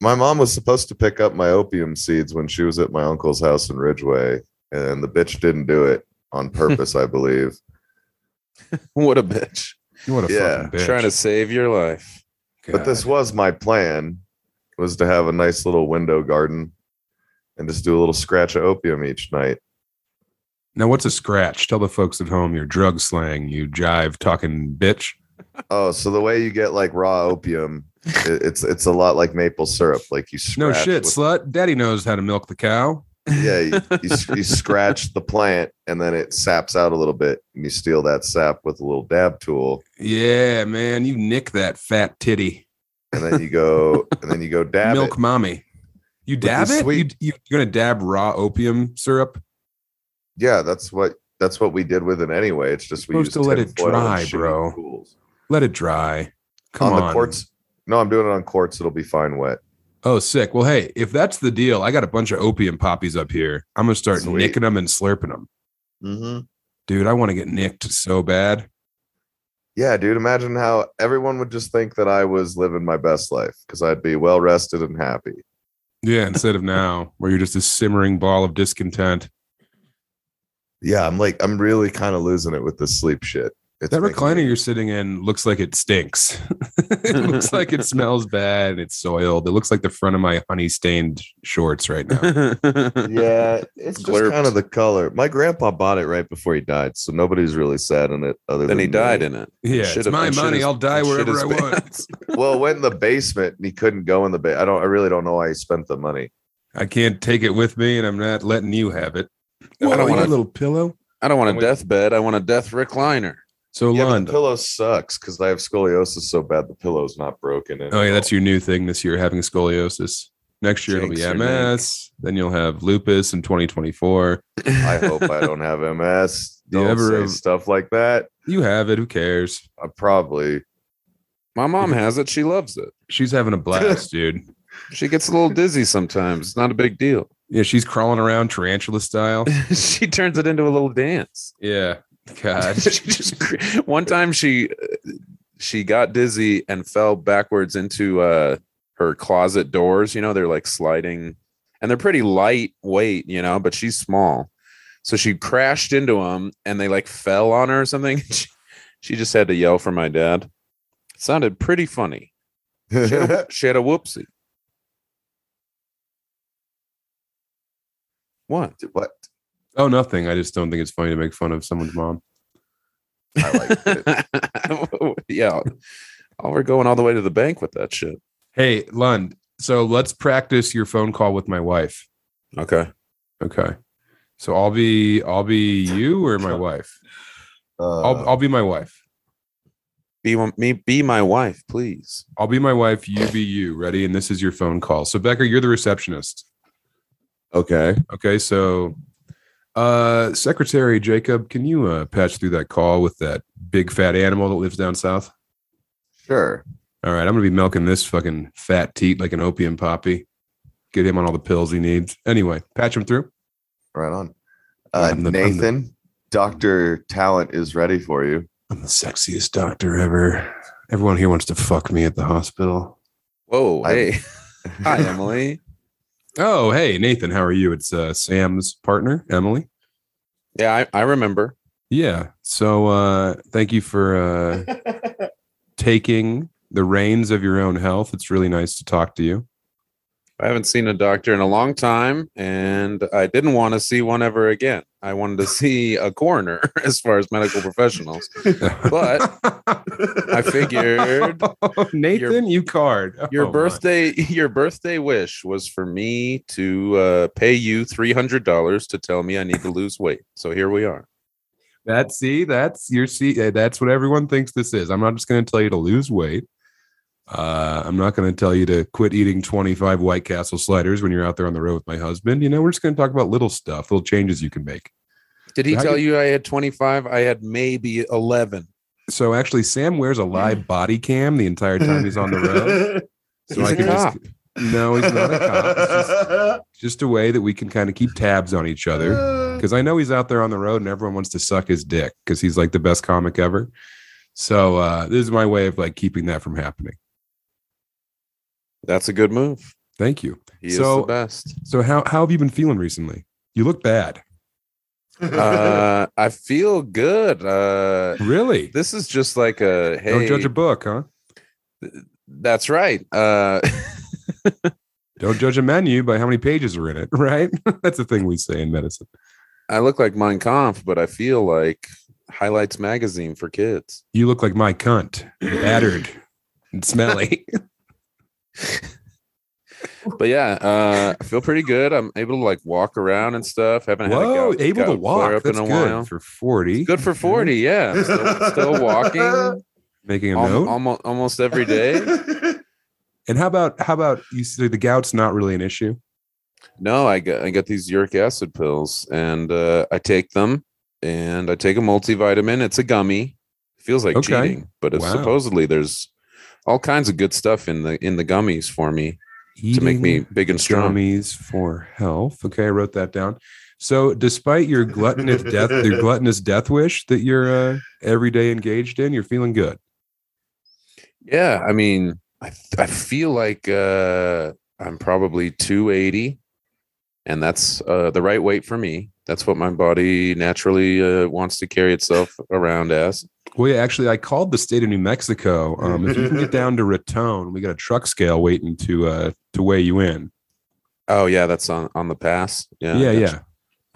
Speaker 2: My mom was supposed to pick up my opium seeds when she was at my uncle's house in Ridgeway, and the bitch didn't do it on purpose, I believe.
Speaker 3: (laughs) what a bitch!
Speaker 1: What a
Speaker 2: Yeah,
Speaker 1: fucking bitch.
Speaker 3: Trying to save your
Speaker 1: (laughs)
Speaker 3: life.
Speaker 2: But this
Speaker 1: God.
Speaker 2: was my plan was to have a nice little window garden and just do a little scratch of opium each night.
Speaker 1: now, what's a scratch? Tell the folks at home your drug slang, you jive talking bitch.
Speaker 2: Oh, so the way you get like raw opium, it, it's it's a lot like maple syrup. Like you
Speaker 1: No
Speaker 2: scratch
Speaker 1: shit,
Speaker 2: with-
Speaker 1: slut. Daddy knows how to milk the cow.
Speaker 2: (laughs) yeah, you, you,
Speaker 1: (laughs)
Speaker 2: s- you scratch the plant and then it saps out a little bit, and you steal that sap with a little dab tool,
Speaker 1: Yeah, man, you nick that fat titty.
Speaker 2: and then you go
Speaker 1: (laughs)
Speaker 2: and then you go dab
Speaker 1: milk
Speaker 2: it.
Speaker 1: mommy. You dab
Speaker 2: the
Speaker 1: it? You,
Speaker 2: sweet-
Speaker 1: you, you're gonna dab raw opium syrup?
Speaker 2: Yeah, that's what that's what we did with it anyway. It's just we
Speaker 1: Supposed to
Speaker 2: used
Speaker 1: let it
Speaker 2: tinfoil and
Speaker 1: dry,
Speaker 2: shooting
Speaker 1: bro.
Speaker 2: tools.
Speaker 1: Let it dry. Come on.
Speaker 2: the quartz. No, I'm doing it on quartz. It'll be fine wet.
Speaker 1: Oh, sick. Well, hey, if that's the deal, I got a bunch of opium poppies up here. I'm gonna start
Speaker 2: Sweet.
Speaker 1: nicking them and slurping them,
Speaker 2: Mm-hmm.
Speaker 1: dude. I want to get nicked so bad.
Speaker 2: Yeah, dude. Imagine how everyone would just think that I was living my best life because I'd be well rested and happy.
Speaker 1: Yeah, instead of
Speaker 2: (laughs)
Speaker 1: now, where you're just a simmering ball of discontent.
Speaker 2: Yeah, I'm like I'm really kind of losing it with the sleep shit. It's
Speaker 1: That
Speaker 2: making
Speaker 1: recliner
Speaker 2: me-
Speaker 1: you're sitting in looks like it stinks. (laughs) it looks like
Speaker 2: (laughs)
Speaker 1: it smells bad. and It's soiled. It looks like the front of my honey stained shorts right now.
Speaker 2: (laughs) yeah, it's just
Speaker 3: Glurped.
Speaker 2: kind of the color. My grandpa bought it right before he died, so nobody's really sad in it. Other
Speaker 3: Then
Speaker 2: than
Speaker 3: he died
Speaker 2: me.
Speaker 3: in it.
Speaker 1: Yeah,
Speaker 3: Shit
Speaker 1: it's
Speaker 3: his-
Speaker 1: my
Speaker 3: and shit
Speaker 1: money.
Speaker 3: his-
Speaker 1: I'll die
Speaker 3: and shit
Speaker 1: wherever
Speaker 3: his
Speaker 1: I want.
Speaker 3: pants.
Speaker 2: well, it went in the basement, and he couldn't go in the basement. I don't. I really don't know why he spent the money.
Speaker 1: (laughs) I can't take it with me, and I'm not letting you have it.
Speaker 3: I don't
Speaker 1: you
Speaker 3: wanna-
Speaker 1: got a little pillow.
Speaker 3: (laughs) I don't want a
Speaker 1: Wait.
Speaker 3: deathbed. I want a death recliner.
Speaker 1: So,
Speaker 2: yeah, but
Speaker 1: Lon,
Speaker 2: the pillow sucks because I have scoliosis so bad the pillow's not broken. And
Speaker 1: oh yeah, that's your new thing this year, having scoliosis. Next year
Speaker 3: Jinx
Speaker 1: it'll
Speaker 3: your
Speaker 1: be
Speaker 3: neck.
Speaker 1: MS. Then you'll have lupus in 2024.
Speaker 2: I hope I don't have MS.
Speaker 1: (laughs) Do you
Speaker 2: Don't
Speaker 1: ever
Speaker 2: say
Speaker 1: have-
Speaker 2: stuff like that.
Speaker 1: You have it. Who cares?
Speaker 2: I
Speaker 1: (laughs)
Speaker 2: probably.
Speaker 3: My mom has it. She loves it.
Speaker 1: She's having a blast, dude.
Speaker 3: She gets a little dizzy sometimes. It's not a big deal. (laughs)
Speaker 1: Yeah, she's crawling around tarantula style.
Speaker 3: she turns it into a little dance.
Speaker 1: Yeah, God.
Speaker 3: she just cr- Uh, (laughs) one time she uh, she got dizzy and fell backwards into uh her closet doors you know they're like sliding and they're pretty lightweight you know but she's small so she crashed into them and they like fell (laughs) on her or something she, she just had to yell for my dad it sounded pretty funny She had a- she had a whoopsie. What?
Speaker 2: (laughs) what?
Speaker 1: Oh, nothing. I just don't think it's funny to make fun of someone's mom.
Speaker 2: I liked it.
Speaker 3: (laughs) yeah. Oh, we're going all the way to the bank with that shit.
Speaker 1: Hey, Lund. So let's practice your phone call with my wife.
Speaker 3: Okay.
Speaker 1: Okay. So I'll be I'll be you or my wife.
Speaker 2: Uh,
Speaker 1: (laughs) I'll I'll be my wife.
Speaker 3: Be one- me be my wife, please.
Speaker 1: I'll be my wife. You be you. Ready? And this is your phone call. So Becker, you're the receptionist.
Speaker 2: okay.
Speaker 1: Okay. So, uh, Secretary Jacob, can you uh, patch through that call with that big fat animal that lives down south?
Speaker 2: Sure.
Speaker 1: All right, I'm gonna be milking this fucking fat teat like an opium poppy. Get him on all the pills he needs. Anyway, patch him through.
Speaker 2: Right on. Uh,
Speaker 1: I'm the- I'm the-
Speaker 2: Nathan, Dr. Talent is ready for you.
Speaker 1: I'm the sexiest doctor ever. Everyone here wants to fuck me at the hospital.
Speaker 3: Whoa.
Speaker 2: I-
Speaker 3: Hey. Hi, Emily.
Speaker 1: Oh, hey, Nathan, how are you? It's uh, Sam's partner, Emily.
Speaker 3: Yeah, I, I remember.
Speaker 1: Yeah. So uh thank you for uh
Speaker 3: (laughs)
Speaker 1: taking the reins of your own health. It's really nice to talk to you.
Speaker 3: I haven't seen a doctor in a long time, and I didn't want to see one ever again. I wanted to see a coroner (laughs) as far as medical professionals.
Speaker 1: (laughs)
Speaker 3: But I figured
Speaker 1: Oh, Nathan, you card.
Speaker 3: Your
Speaker 1: Oh, my.
Speaker 3: birthday, your birthday wish was for me to uh, pay you three hundred dollars to tell me I need to lose weight. So here we are.
Speaker 1: That see, that's your see. eh, That's what everyone thinks this is. I'm not just going to tell you to lose weight. Uh, I'm not going to tell you to quit eating 25 White Castle sliders when you're out there on the road with my husband. You know, we're just going to talk about little stuff, little changes you can make.
Speaker 3: Did he
Speaker 1: Now
Speaker 3: tell you I had twenty five? I had maybe eleven.
Speaker 1: So actually, Sam wears a live body cam the entire time he's on the
Speaker 3: (laughs)
Speaker 1: road.
Speaker 2: (laughs)
Speaker 1: So
Speaker 3: He's
Speaker 1: I
Speaker 3: a
Speaker 1: can
Speaker 3: cop.
Speaker 1: just no, he's not a cop. It's just,
Speaker 3: (laughs)
Speaker 1: just a way that we can kind of keep tabs on each other.
Speaker 2: (laughs)
Speaker 1: because I know he's out there on the road and everyone wants to suck his dick because he's like the best comic ever. So uh, this is my way of like keeping that from happening.
Speaker 3: That's a good move.
Speaker 1: Thank you.
Speaker 3: He
Speaker 1: So- (laughs)
Speaker 3: is the best.
Speaker 1: So how how have you been feeling recently? You look bad.
Speaker 3: Uh, I feel good. Uh,
Speaker 1: Really?
Speaker 3: this is just like a hey.
Speaker 1: Don't judge a book, huh?
Speaker 3: that's right. Uh,
Speaker 1: Don't judge a menu by how many pages are in it, (laughs) right? That's the thing we say in medicine.
Speaker 3: I look like Mein Kampf, but I feel like Highlights Magazine for kids.
Speaker 1: You look like my cunt, battered and
Speaker 3: (laughs)
Speaker 1: smelly.
Speaker 3: But yeah, uh, I feel pretty good. I'm able to like walk around and stuff. Haven't had
Speaker 1: Whoa,
Speaker 3: a gout,
Speaker 1: able to
Speaker 3: gout flare
Speaker 1: walk.
Speaker 3: up
Speaker 1: That's
Speaker 3: in a
Speaker 1: good
Speaker 3: while.
Speaker 1: for 40.
Speaker 3: Good for forty. Yeah, I'm
Speaker 1: (laughs)
Speaker 3: still, still walking
Speaker 1: Making a
Speaker 3: Um,
Speaker 1: note.
Speaker 3: almost almost every day.
Speaker 1: and how about how about you say the gout's not really an issue?
Speaker 3: No, I got I got these uric acid pills, and uh, I take them, and I take a multivitamin. It's a gummy. feels like
Speaker 1: Okay.
Speaker 3: cheating, but it's
Speaker 1: Wow.
Speaker 3: supposedly there's all kinds of good stuff in the in the gummies for me to make me
Speaker 1: Eating-
Speaker 3: big and strong.
Speaker 1: Gummies for health. Okay, I wrote that down. So, despite your gluttonous death,
Speaker 3: (laughs)
Speaker 1: your gluttonous death wish that you're uh, every day engaged in, you're feeling good.
Speaker 3: Yeah, I mean, I I feel like uh, I'm probably 280, and that's uh, the right weight for me. That's what my body naturally uh, wants to carry itself around as.
Speaker 1: Well, yeah, actually, I called the state of New Mexico. Um, if you can get down to Raton, we got a truck scale waiting to uh, to weigh you in.
Speaker 3: Oh yeah, that's on on the pass. Yeah, I
Speaker 1: Yeah,
Speaker 3: gotcha.
Speaker 1: yeah.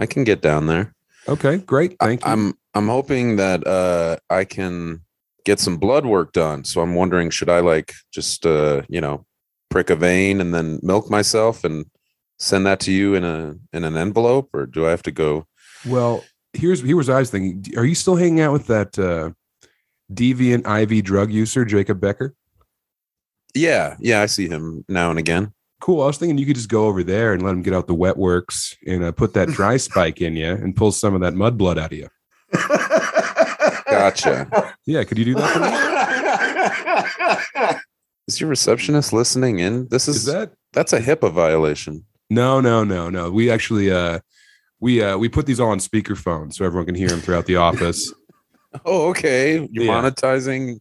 Speaker 3: I can get down there.
Speaker 1: Okay, great. Thank you.
Speaker 3: I'm I'm hoping that uh, I can get some blood work done. So I'm wondering, should I like just uh, you know prick a vein and then milk myself and send that to you in a in an envelope, or do I have to go?
Speaker 1: Well, here's here was what I was thinking. Are you still hanging out with that uh, deviant IV drug user, Jacob Becker?
Speaker 3: Yeah, yeah, I see him now and again.
Speaker 1: Cool. I was thinking you could just go over there and let him get out the wet works and uh, put that dry spike in you and pull some of that mud blood out of you.
Speaker 3: Gotcha.
Speaker 1: Yeah, could (laughs) you do
Speaker 2: (laughs)
Speaker 1: that for me?
Speaker 3: Is your receptionist listening in? This is,
Speaker 1: Is that?
Speaker 3: that's a HIPAA violation.
Speaker 1: No, no, no, no. We actually uh we uh we put these all on speakerphone so everyone can hear him throughout the office.
Speaker 3: (laughs) Oh, okay. You're
Speaker 1: Yeah.
Speaker 3: monetizing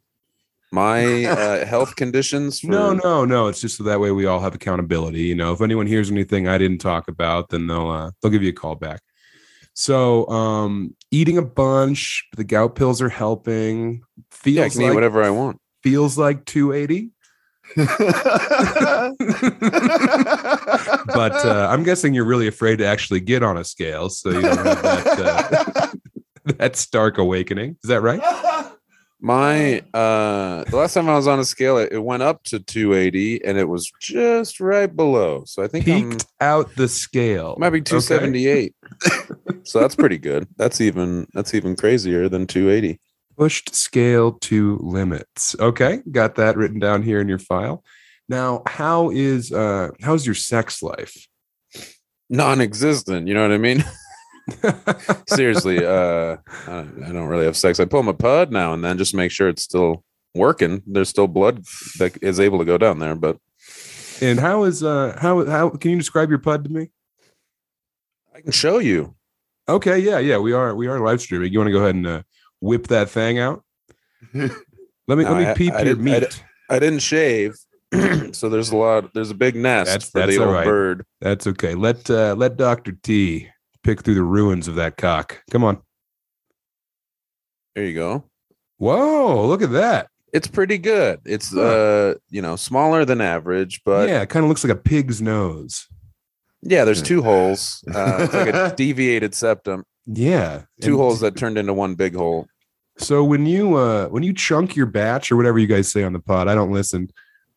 Speaker 3: my (laughs) uh, health conditions. For,
Speaker 1: No, no, no. It's just so that way we all have accountability. You know, if anyone hears anything I didn't talk about, then they'll uh, they'll give you a call back. So, um eating a bunch, the gout pills are helping.
Speaker 3: Yeah, I
Speaker 1: Feels
Speaker 3: can eat
Speaker 1: like
Speaker 3: whatever I want.
Speaker 1: feels like 280. (laughs) But
Speaker 3: (laughs)
Speaker 1: uh, I'm guessing you're really afraid to actually get on a scale, so you don't have that, uh, (laughs) that stark awakening. Is that
Speaker 2: (laughs)
Speaker 1: right?
Speaker 3: My
Speaker 1: Oh.
Speaker 3: uh the last time I was on a scale, it, it went up to 280 and it was just right below. So I think I'm
Speaker 1: Peaked out the scale.
Speaker 3: might be
Speaker 1: Okay. (laughs)
Speaker 3: 278. so that's pretty good. That's even that's even crazier than 280.
Speaker 1: pushed scale to limits. Okay, got that written down here in your file. Now, how is uh how's your sex life? (laughs)
Speaker 3: Non-existent, you know what I mean? (laughs) Seriously, uh I don't, I don't really have sex. I pull my pud now and then just to make sure it's still working. There's still blood that is able to go down there, but
Speaker 1: and how is uh how how can you describe your pud to me?
Speaker 3: I can show you.
Speaker 1: Okay, yeah, yeah, we are we are live streaming. You want to go ahead and uh, whip that thing
Speaker 3: (laughs)
Speaker 1: out? Let me
Speaker 3: No,
Speaker 1: let me
Speaker 3: I-
Speaker 1: peep
Speaker 3: I
Speaker 1: your
Speaker 3: didn't- I
Speaker 1: meat.
Speaker 3: I didn't shave. (clears throat) so there's a lot there's a big nest
Speaker 1: That's-
Speaker 3: for
Speaker 1: that's
Speaker 3: the
Speaker 1: all
Speaker 3: old
Speaker 1: right.
Speaker 3: bird.
Speaker 1: That's okay. Let uh, let Doctor T pick through the ruins of that cock. Come on.
Speaker 3: There you go.
Speaker 1: Whoa! Look at that.
Speaker 3: It's pretty good. It's
Speaker 1: Huh.
Speaker 3: uh, you know, smaller than average, but yeah,
Speaker 1: yeah, it kind of looks like a pig's nose.
Speaker 3: there's two holes. Uh, it's
Speaker 1: (laughs)
Speaker 3: like a deviated septum,
Speaker 1: Yeah,
Speaker 3: two
Speaker 1: And-
Speaker 3: holes that turned into one big hole.
Speaker 1: So when you uh when you chunk your batch or whatever you guys say on the pod, I don't listen.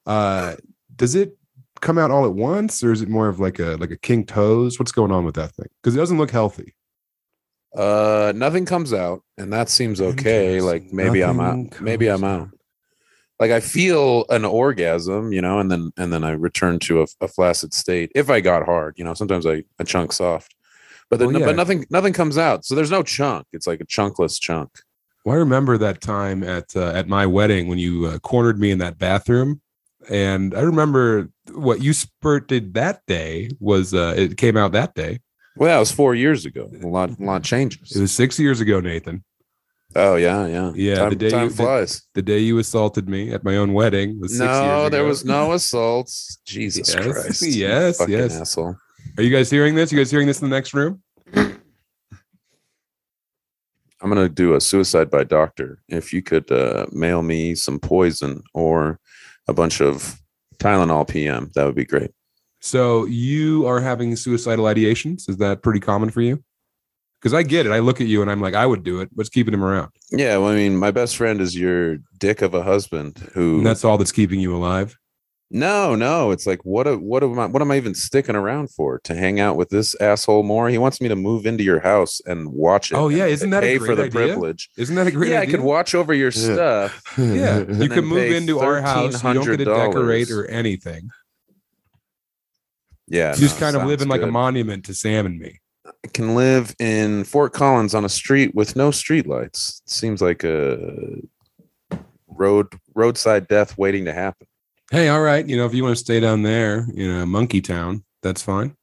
Speaker 1: Uh does it come out all at once or is it more of like a like a king toes? What's going on with that thing? Cuz it doesn't look healthy.
Speaker 3: Uh, nothing comes out, and that seems okay.
Speaker 1: Interesting.
Speaker 3: Like maybe I'm
Speaker 1: Nothing
Speaker 3: out. Maybe I'm
Speaker 1: comes
Speaker 3: out. Like I feel an orgasm, you know, and then and then I return to a, a flaccid state. If I got hard, you know, sometimes I, I chunk soft, but then
Speaker 1: Well, yeah.
Speaker 3: but nothing nothing comes out. So there's no chunk. It's like a chunkless chunk.
Speaker 1: Well, I remember that time at uh, at my wedding when you uh, cornered me in that bathroom and I remember what you spurted that day was uh it came out that day.
Speaker 3: Well, that was four years ago. A lot a
Speaker 1: (laughs)
Speaker 3: lot changes.
Speaker 1: It was 6 years ago, Nathan.
Speaker 3: oh yeah, yeah,
Speaker 1: Yeah,
Speaker 3: Time,
Speaker 1: the day
Speaker 3: time
Speaker 1: you the,
Speaker 3: flies.
Speaker 1: the day you assaulted me at my own wedding was 6 years
Speaker 3: No,
Speaker 1: ago.
Speaker 3: there
Speaker 1: (laughs)
Speaker 3: was no assaults. Jesus
Speaker 1: Yes,
Speaker 3: Christ. you
Speaker 1: yes,
Speaker 3: fucking
Speaker 1: yes.
Speaker 3: Asshole.
Speaker 1: Are you guys hearing this? You guys hearing this in the next room?
Speaker 3: I'm gonna do a suicide by doctor. If you could uh, mail me some poison or a bunch of Tylenol PM, that would be great.
Speaker 1: So you are having suicidal ideations. Is that pretty common for you? Because I get it. I look at you and I'm like, I would do it. What's keeping him around?
Speaker 3: Yeah, well, I mean, my best friend is your dick of a husband. Who?
Speaker 1: And that's all that's keeping you alive.
Speaker 3: no, no. It's like what? A, what am I? What am I even sticking around for? To hang out with this asshole more? He wants me to move into your house and watch it.
Speaker 1: Oh, yeah,
Speaker 3: and
Speaker 1: isn't that a
Speaker 3: pay
Speaker 1: great
Speaker 3: for the
Speaker 1: idea?
Speaker 3: privilege?
Speaker 1: Isn't that a great
Speaker 3: yeah, I
Speaker 1: idea?
Speaker 3: could watch over your
Speaker 2: Yeah.
Speaker 3: stuff. (laughs)
Speaker 1: yeah,
Speaker 2: yeah.
Speaker 1: you can
Speaker 3: then
Speaker 1: move
Speaker 3: pay
Speaker 1: into our house. You don't get to
Speaker 3: $1,300.
Speaker 1: decorate or anything.
Speaker 3: Yeah,
Speaker 1: You just
Speaker 3: no,
Speaker 1: kind of live
Speaker 3: sounds
Speaker 1: in like a
Speaker 3: good.
Speaker 1: monument to Sam and me.
Speaker 3: can live in Fort Collins on a street with no streetlights. It seems like a road roadside death waiting to happen.
Speaker 1: Hey, all right. You know, if you want to stay down there in a monkey town, that's fine.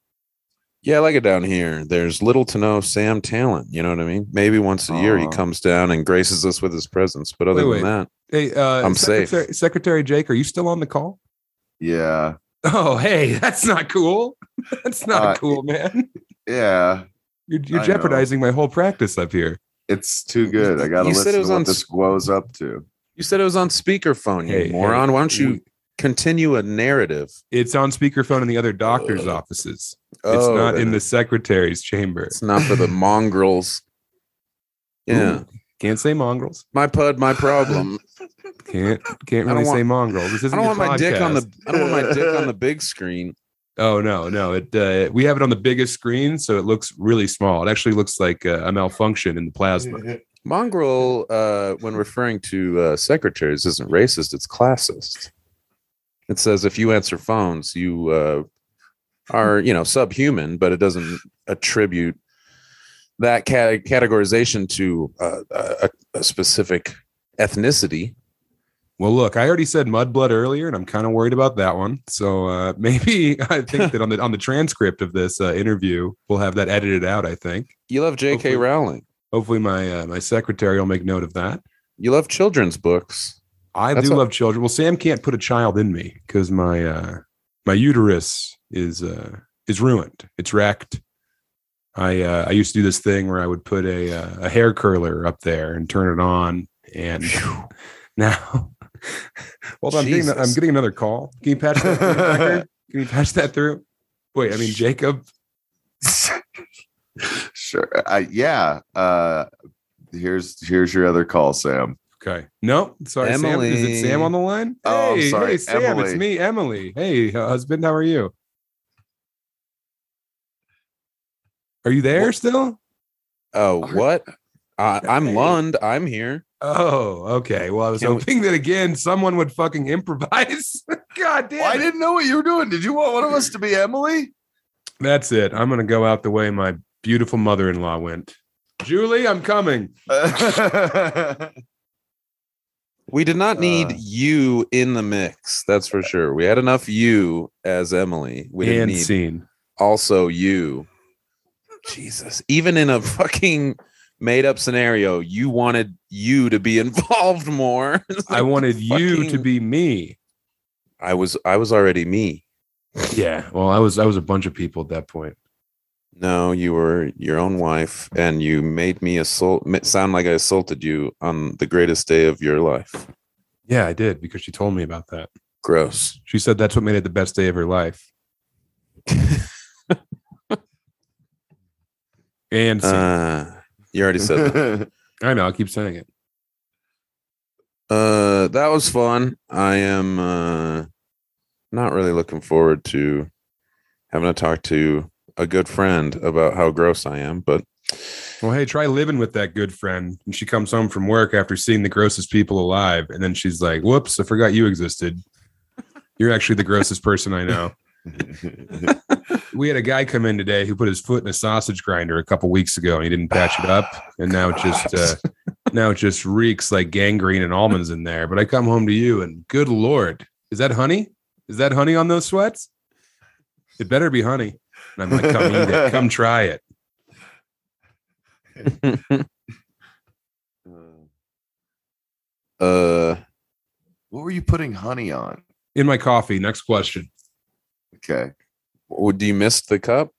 Speaker 3: Yeah, I like it down here. There's little to no Sam Talent. You know what I mean? Maybe once a year he
Speaker 2: Aw.
Speaker 3: comes down and graces us with his presence. But other
Speaker 1: Wait,
Speaker 3: than that,
Speaker 1: Hey, uh,
Speaker 3: I'm safe.
Speaker 1: Secretary, Secretary Jake, are you still on the call? (laughs)
Speaker 2: yeah.
Speaker 1: Oh, hey, that's not cool. (laughs) That's not
Speaker 2: Uh,
Speaker 1: cool, man.
Speaker 2: Yeah.
Speaker 1: You're, you're
Speaker 2: I know.
Speaker 1: jeopardizing my whole practice up here.
Speaker 2: It's too good. I gotta
Speaker 3: You said
Speaker 2: listen
Speaker 3: it was
Speaker 2: to
Speaker 3: on
Speaker 2: what this
Speaker 3: s-
Speaker 2: Guo's up
Speaker 3: (laughs)
Speaker 2: to.
Speaker 3: you said it was on speakerphone, you
Speaker 1: Hey, hey,
Speaker 3: moron. Why don't you
Speaker 1: we-
Speaker 3: continue a narrative?
Speaker 1: It's on speakerphone in the other doctor's
Speaker 3: Ugh. Oh,
Speaker 1: offices. It's not in the secretary's chamber.
Speaker 3: It's not
Speaker 1: (laughs)
Speaker 3: for the mongrels. Yeah,
Speaker 1: Ooh, can't say mongrels.
Speaker 3: my pud, my problem.
Speaker 1: Can't can't
Speaker 3: I don't
Speaker 1: really say
Speaker 3: want-
Speaker 1: mongrels. This
Speaker 3: I
Speaker 1: isn't
Speaker 3: don't
Speaker 1: your
Speaker 3: want my dick on
Speaker 1: podcast.
Speaker 3: the. I don't want my dick
Speaker 1: (laughs)
Speaker 3: on the big screen.
Speaker 1: Oh no, no. It uh, we have it on the biggest screen, so it looks really small. It actually looks like uh, a malfunction in the plasma.
Speaker 3: Mongrel, uh, when referring to uh, secretaries, isn't racist. It's classist. It says if you answer phones, you uh, are you know subhuman, but it doesn't attribute that cate- categorization to uh, a, a specific ethnicity.
Speaker 1: Well, look, I already said mudblood earlier, and I'm kind of worried about that one. So uh, (laughs) maybe I think that on the on the transcript of this uh, interview, we'll have that edited out. I think.
Speaker 3: You love J.K.
Speaker 1: Hopefully.
Speaker 3: Rowling.
Speaker 1: Hopefully, my uh, my secretary will make note of that.
Speaker 3: You love children's books.
Speaker 1: I
Speaker 3: That's
Speaker 1: do
Speaker 3: a-
Speaker 1: love children. Well, Sam can't put a child in me because my uh, my uterus is uh, is ruined. It's wrecked. I uh, I used to do this thing where I would put a uh, a hair curler up there and turn it on, and (laughs) now (laughs) Hold on, I'm getting, I'm
Speaker 2: Jesus.
Speaker 1: getting another call. Can you patch that through? Packer? Can you patch that through? Wait, I mean Jacob.
Speaker 2: (laughs) sure. I, yeah. Uh, here's here's your other call, Sam.
Speaker 1: Okay. No, sorry, Sam. Is it Sam
Speaker 3: Emily.
Speaker 1: on the line?
Speaker 2: Oh, I'm
Speaker 1: hey,
Speaker 2: sorry,
Speaker 1: hey, Sam, it's
Speaker 2: Emily.
Speaker 1: me, Emily. Hey, uh, husband, how are you? Are you there
Speaker 3: What?
Speaker 1: still?
Speaker 3: Oh,
Speaker 2: Are-
Speaker 3: what? I,
Speaker 1: Hey.
Speaker 3: I'm Lund. I'm here.
Speaker 1: Oh, okay. Well, I was
Speaker 3: Can we-
Speaker 1: hoping that again someone would fucking improvise. (laughs) God damn.
Speaker 2: Well, I
Speaker 1: it.
Speaker 2: didn't know what you were doing. Did you want one of us to be Emily?
Speaker 1: That's it. I'm gonna go out the way my beautiful mother-in-law went. Julie, I'm coming.
Speaker 3: We did not need
Speaker 2: Uh.
Speaker 3: you in the mix. That's for sure. We had enough you as Emily. We didn't
Speaker 1: and
Speaker 3: need (laughs)
Speaker 1: scene.
Speaker 3: also you. Jesus. Even in a fucking made up scenario, you wanted you to be (laughs) involved more. It's
Speaker 1: I
Speaker 3: like,
Speaker 1: wanted you to
Speaker 3: fucking-
Speaker 1: be me.
Speaker 3: I was I was already me.
Speaker 1: Yeah. Well, I was I was a bunch of people at that point.
Speaker 3: No, you were your own wife, and you made me assault ma- sound like I assaulted you on the greatest day of your life.
Speaker 1: Yeah, I did because she told me about that.
Speaker 3: Gross.
Speaker 1: She said that's what made it the best day of her life. and scene.
Speaker 3: Uh, you already said
Speaker 2: (laughs)
Speaker 3: that.
Speaker 1: I know, I keep saying it.
Speaker 3: Uh, that was fun. I am uh, not really looking forward to having to talk to a good friend about how gross I am, but
Speaker 1: Well, hey, try living with that good friend. And she comes home from work after seeing the grossest people alive. And then she's like, whoops, I forgot you existed. You're actually the grossest person I know. We had a guy come in today who put his foot in a sausage grinder a couple weeks ago and he didn't patch it up. And now it just
Speaker 3: (laughs)
Speaker 1: uh, now it just reeks like gangrene and almonds in there. But I come home to you and good lord, is that honey? Is that honey on those sweats? It better be honey. And I'm like, come eat it,
Speaker 3: (laughs)
Speaker 1: come try it.
Speaker 3: uh,
Speaker 2: what were you putting honey on?
Speaker 1: In my coffee. Next question.
Speaker 3: (laughs)
Speaker 2: Okay.
Speaker 3: w- do you miss the
Speaker 1: (laughs)
Speaker 3: cup?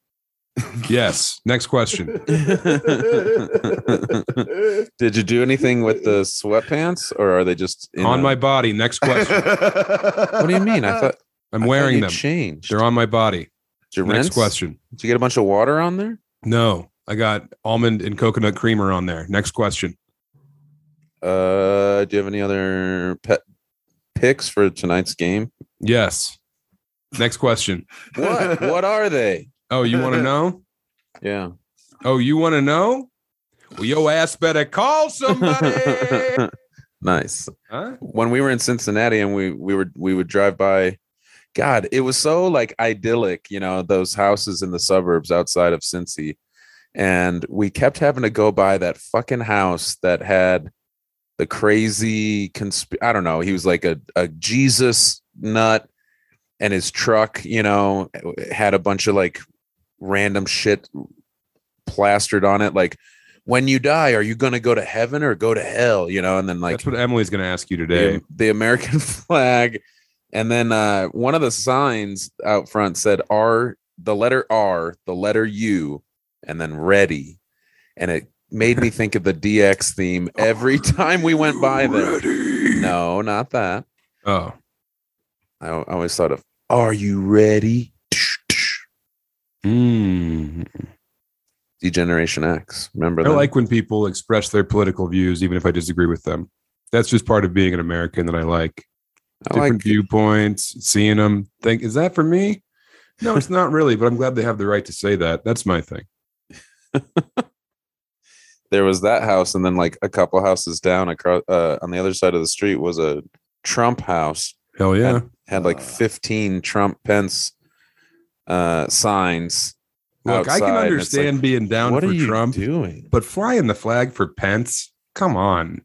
Speaker 1: Yes. Next question.
Speaker 3: Did you do anything with the sweatpants, or are they just in
Speaker 1: on
Speaker 3: a-
Speaker 1: my body. Next question.
Speaker 3: What do you mean? (laughs)
Speaker 2: (laughs)
Speaker 3: I thought
Speaker 1: I'm
Speaker 3: I thought
Speaker 1: wearing
Speaker 3: you
Speaker 1: them.
Speaker 3: Changed.
Speaker 1: They're on my body.
Speaker 3: Did you
Speaker 1: Next
Speaker 3: rinse?
Speaker 1: question.
Speaker 3: Did you get a bunch of water on there?
Speaker 1: No, I got almond and coconut creamer on there. Next question.
Speaker 3: Uh, do you have any other pet picks for tonight's game?
Speaker 1: Yes. Next question. (laughs)
Speaker 3: What? what are they?
Speaker 1: Oh, you want to know?
Speaker 3: Yeah.
Speaker 1: Oh, you want to know? Well, yo ass better call
Speaker 3: (laughs)
Speaker 1: somebody.
Speaker 3: nice.
Speaker 1: huh?
Speaker 3: When we were in Cincinnati and we we were we would drive by God, it was so like idyllic, you know, those houses in the suburbs outside of Cincy. And we kept having to go by that fucking house that had the crazy consp I don't know, he was like a, a Jesus nut and his truck, you know, had a bunch of like random shit plastered on it like when you die, are you going to go to heaven or go to hell? You know, and then like
Speaker 1: That's what Emily's going to ask you today.
Speaker 3: the, the American (laughs) flag. And then uh, one of the signs out front said R, the letter R, the letter U, and then ready. And it made me think of the DX theme every time we went by there. No, not that.
Speaker 1: Oh,
Speaker 3: I, I always thought of Are you ready?
Speaker 1: Mm.
Speaker 3: Degeneration X. Remember
Speaker 1: I
Speaker 3: that?
Speaker 1: like when people express their political views, even if I disagree with them. That's just part of being an American that I like.
Speaker 3: I
Speaker 1: different
Speaker 3: like
Speaker 1: viewpoints, seeing them. Think, is that for me? No, it's not really, but I'm glad they have the right to say that. That's my thing.
Speaker 3: there was that house, and then like a couple houses down across uh, on the other side of the street was a Trump house.
Speaker 1: Hell yeah.
Speaker 3: had like
Speaker 2: Uh.
Speaker 3: 15 Trump Pence uh signs.
Speaker 1: Look, I
Speaker 3: outside,
Speaker 1: can
Speaker 3: and it's like,
Speaker 1: understand being down
Speaker 3: what
Speaker 1: for
Speaker 3: are you
Speaker 1: Trump,
Speaker 3: doing?
Speaker 1: (laughs) but flying the flag for Pence, come on.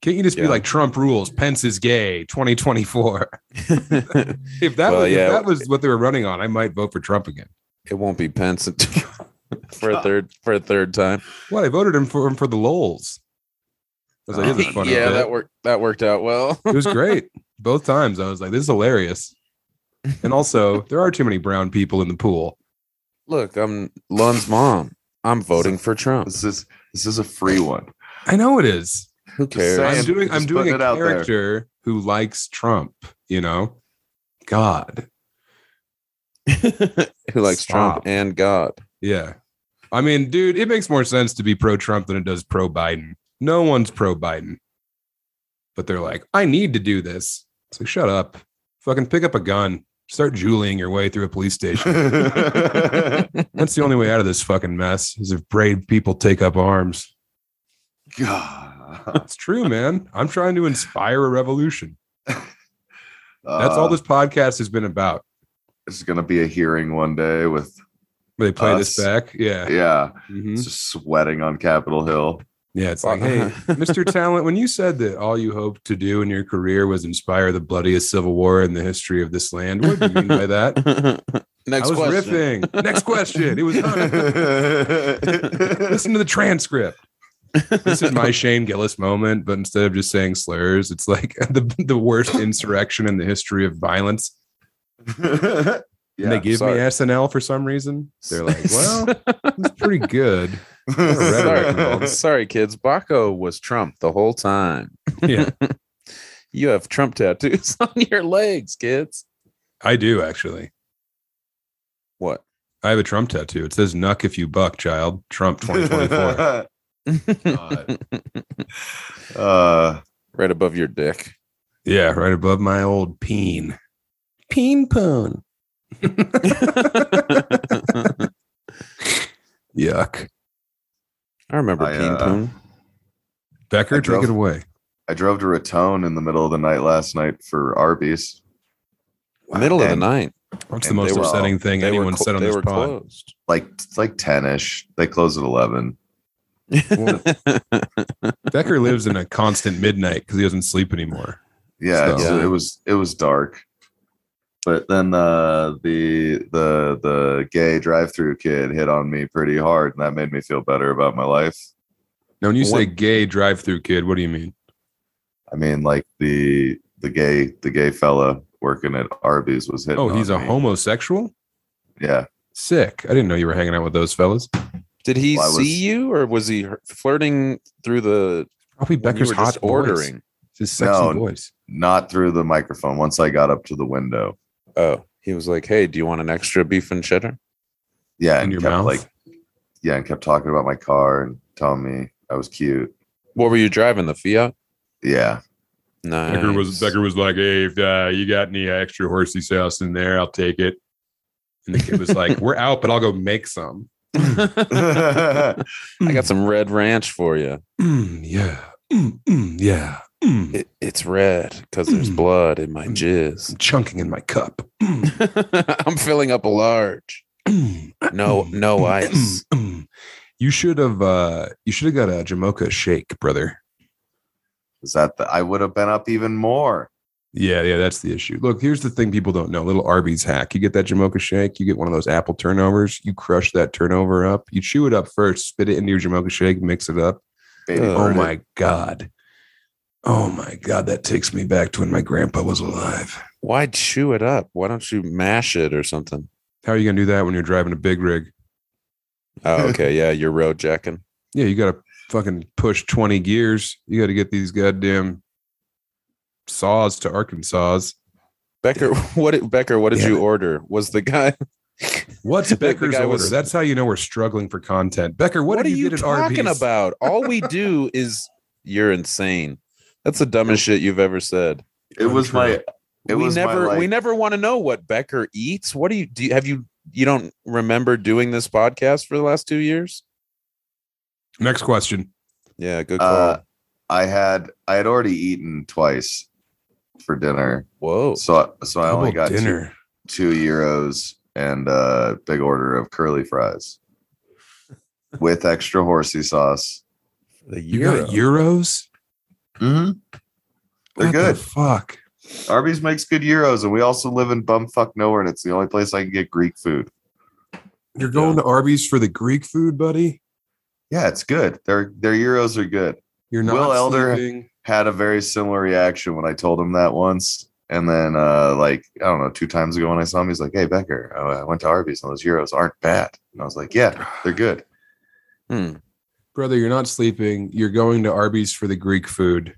Speaker 1: Can't you just be
Speaker 3: Yeah.
Speaker 1: like Trump rules? Pence is gay. 2024.
Speaker 3: it
Speaker 1: (laughs) If that
Speaker 3: Well,
Speaker 1: was
Speaker 3: yeah.
Speaker 1: if that was what they were running on, I might vote for Trump again.
Speaker 3: won't be Pence until- (laughs) for a third for a third time.
Speaker 1: Well, I voted him for him for the lols. I was like,
Speaker 2: (laughs)
Speaker 3: (laughs)
Speaker 1: this is a funny.
Speaker 3: yeah,
Speaker 1: bit.
Speaker 3: that worked that worked out well. (laughs)
Speaker 1: it was great both times. I was like, this is hilarious. And also, there are too many brown people in the pool.
Speaker 3: Look, I'm Lund's mom. I'm voting for Trump. (laughs)
Speaker 2: This is this is a free one. (laughs)
Speaker 1: I know it is.
Speaker 2: Who cares?
Speaker 3: saying.
Speaker 1: I'm doing I'm
Speaker 2: Just
Speaker 1: doing
Speaker 2: putting
Speaker 1: a
Speaker 2: it out there.
Speaker 1: character who likes Trump, you know? God.
Speaker 3: Who likes
Speaker 1: Stop.
Speaker 3: Trump and God?
Speaker 1: Yeah. I mean, dude, it makes more sense to be pro Trump than it does pro Biden. No one's pro Biden. But they're like, I need to do this. It's like, shut up. Fucking pick up a gun. Start juuling your way through a police
Speaker 2: (laughs)
Speaker 1: station. That's the only way out of this fucking mess is if brave people take up arms.
Speaker 2: God.
Speaker 1: It's true, man. I'm trying to inspire a revolution. That's all
Speaker 2: Uh,
Speaker 1: this podcast has been about.
Speaker 2: There's gonna be a hearing one day with
Speaker 1: They play this
Speaker 2: us.
Speaker 1: back. Yeah.
Speaker 2: yeah,
Speaker 1: Mhm.
Speaker 2: it's just sweating on Capitol Hill.
Speaker 1: Yeah, it's like, hey,
Speaker 3: (laughs)
Speaker 1: Mr. Talent, when you said that all you hoped to do in your career was inspire the bloodiest civil war in the history of this land, what do you mean by that?
Speaker 3: (laughs) Next
Speaker 1: I was
Speaker 3: question.
Speaker 1: riffing. Next question. It
Speaker 3: (laughs)
Speaker 1: was listen to the transcript. This is my Shane Gillis moment, but instead of just saying slurs, it's like (laughs) the the worst insurrection in the history of violence. and they
Speaker 2: (laughs) yeah.
Speaker 1: give
Speaker 3: sorry.
Speaker 1: me SNL for some reason. They're
Speaker 3: (laughs)
Speaker 1: like, well, it's pretty good.
Speaker 2: (laughs)
Speaker 3: sorry, sorry, kids. Baco was Trump the whole time.
Speaker 1: (laughs) Yeah,
Speaker 3: (laughs) You have Trump tattoos (laughs) on your legs, kids.
Speaker 1: I do actually.
Speaker 3: What?
Speaker 1: I have a Trump tattoo. It says "Nuck if you buck, child." Trump 2024.
Speaker 2: God. (laughs) Uh,
Speaker 3: right above your dick. (laughs)
Speaker 1: yeah, right above my old peen. Peen pone.
Speaker 3: I
Speaker 1: (laughs) Yuck.
Speaker 3: remember
Speaker 2: I,
Speaker 3: Peen
Speaker 2: uh,
Speaker 3: Poon.
Speaker 1: Becker,
Speaker 2: I
Speaker 1: take
Speaker 2: drove-
Speaker 1: it away.
Speaker 2: I drove to Raton in the middle of the night last night for Arby's.
Speaker 3: Middle of the
Speaker 2: And-
Speaker 3: night.
Speaker 1: What's the
Speaker 2: and
Speaker 1: most
Speaker 2: they were-
Speaker 1: upsetting thing
Speaker 3: They were
Speaker 1: anyone
Speaker 3: clo-
Speaker 1: said on
Speaker 3: they
Speaker 1: this
Speaker 3: were
Speaker 1: pod?
Speaker 3: closed.
Speaker 2: Like it's like ten ish. They close at eleven.
Speaker 1: Becker lives in a constant midnight because he doesn't sleep anymore.
Speaker 2: Yeah, it's-
Speaker 3: So-
Speaker 2: it was it was dark. But then uh, the the the gay drive through kid hit on me pretty hard, and that made me feel better about my life.
Speaker 1: Now, when you say
Speaker 3: One-
Speaker 1: gay drive-through kid, what do you mean?
Speaker 2: I mean, like the the gay the gay fella working at Arby's was hitting.
Speaker 1: Oh, he's
Speaker 2: on
Speaker 1: a
Speaker 2: me.
Speaker 1: homosexual.
Speaker 2: Yeah,
Speaker 1: Sick. I didn't know you were hanging out with those fellas.
Speaker 3: (laughs) Did he
Speaker 2: Well, I was-
Speaker 3: see you or was he flirting through the
Speaker 1: Probably
Speaker 3: when you
Speaker 1: Becker's
Speaker 3: were
Speaker 1: hot
Speaker 3: just ordering?
Speaker 1: ordering. His sexy
Speaker 2: No.
Speaker 1: voice.
Speaker 2: not through the microphone. Once I got up to the window,
Speaker 3: Oh, he was like, "Hey, do you want an extra beef and cheddar?"
Speaker 2: yeah,
Speaker 1: In
Speaker 2: and
Speaker 1: your
Speaker 2: kept
Speaker 1: mouth?
Speaker 2: like yeah, and kept talking about my car and telling me I was cute.
Speaker 3: What were you driving? The Fiat.
Speaker 1: (laughs)
Speaker 2: Yeah, (laughs)
Speaker 3: No.
Speaker 1: Becker was Becker was like, "Hey, if uh, you got any extra horsey sauce in there, I'll take it." And the kid was like, "We're out, but I'll go make some."
Speaker 2: I
Speaker 3: (laughs) I got some red ranch for you.
Speaker 1: (clears throat) Mm, yeah, Mm, mm, yeah. Mm.
Speaker 3: It, it's red because
Speaker 1: (clears throat)
Speaker 3: there's
Speaker 1: Mm.
Speaker 3: blood in my
Speaker 1: Mm.
Speaker 3: jizz. (laughs)
Speaker 1: I'm chunking in my cup. Mm,
Speaker 3: I'm filling up a large.
Speaker 1: mm,
Speaker 3: No,
Speaker 1: mm,
Speaker 3: no
Speaker 1: (clears throat) mm,
Speaker 3: ice.
Speaker 1: mm, mm. You should have. Uh, you should have got a Jamocha shake, brother.
Speaker 2: is that the, I would have been up even more.
Speaker 1: Yeah, yeah, that's the issue. Look, here's the thing people don't know. Little Arby's hack. You get that Jamocha shake, you get one of those apple turnovers, you crush that turnover up, you chew it up first, spit it into your Jamocha shake, mix it up,
Speaker 2: Baby
Speaker 3: Oh
Speaker 1: Oh
Speaker 2: bird.
Speaker 1: my god. Oh my god, that takes me back to when my grandpa was alive.
Speaker 3: Why chew it up? Why don't you mash it or something?
Speaker 1: How are you gonna do that when you're driving a big rig? (laughs)
Speaker 3: Oh, okay. Yeah, you're road jacking.
Speaker 1: Yeah, you gotta fucking push 20 gears. You gotta get these goddamn saws to Arkansas.
Speaker 3: Becker, (laughs) what did- Becker, what did
Speaker 1: Yeah.
Speaker 3: you order? Was the guy
Speaker 1: What's (laughs)
Speaker 3: The
Speaker 1: Becker's
Speaker 3: guy
Speaker 1: order?
Speaker 3: was-
Speaker 1: That's how you know we're struggling for content. Becker, (laughs) what, do you, get at
Speaker 3: talking
Speaker 1: Arby's?
Speaker 3: about? All we
Speaker 1: (laughs)
Speaker 3: do is you're insane. That's the dumbest shit you've ever said.
Speaker 2: It was my. It
Speaker 3: we
Speaker 2: was my,
Speaker 3: never we
Speaker 2: like-
Speaker 3: never want to know what Becker eats. What do you do? You, have you you don't remember doing this podcast for the last two years?
Speaker 1: Next question.
Speaker 3: Yeah, good call.
Speaker 2: Uh, I had I had already eaten twice for dinner,
Speaker 3: Whoa,
Speaker 2: so so I only
Speaker 1: Double
Speaker 2: got two,
Speaker 1: dinner.
Speaker 2: two euros and a big order of curly fries with extra horsey sauce.
Speaker 3: the
Speaker 1: You got Euros?
Speaker 2: Mm-hmm. They're
Speaker 1: What the
Speaker 2: good.
Speaker 1: fuck.
Speaker 2: Arby's makes good euros, and we also live in bumfuck nowhere, and it's the only place I can get Greek food.
Speaker 1: You're going to Arby's for the Greek food, buddy?
Speaker 2: Yeah, it's good. Their their euros are good.
Speaker 1: You're not
Speaker 2: Will Elder-
Speaker 1: sleeping.
Speaker 2: had a very similar reaction when I told him that once. And then, uh, like, I don't know, two times ago when I saw him, he's like, Hey, Becker, (laughs)
Speaker 1: (laughs)
Speaker 2: I I went to Arby's and those Euros aren't bad. And I was like, Yeah, they're good.
Speaker 3: Hmm.
Speaker 1: brother, you're not sleeping. You're going to Arby's for the Greek food.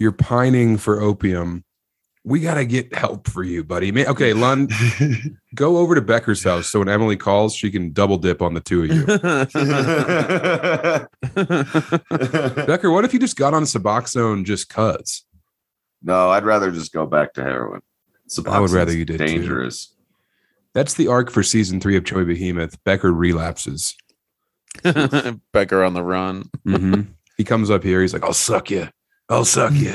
Speaker 1: You're pining for opium. We got to get help for you, buddy. Ma- Okay, Lon, go over to Becker's house so when Emily calls, she can double dip on the two of
Speaker 3: (laughs)
Speaker 1: you. (laughs)
Speaker 3: Hmm.
Speaker 1: Becker, what if you just got on Suboxone just cuz?
Speaker 4: No, I'd rather just go back to heroin.
Speaker 1: I would rather you
Speaker 4: Suboxone's
Speaker 1: did, too.
Speaker 4: Dangerous.
Speaker 1: That's the arc for season three of Joy Behemoth. Becker relapses.
Speaker 3: (laughs) Becker on the run.
Speaker 1: (laughs) he comes up here. He's like, I'll suck you. I'll suck you.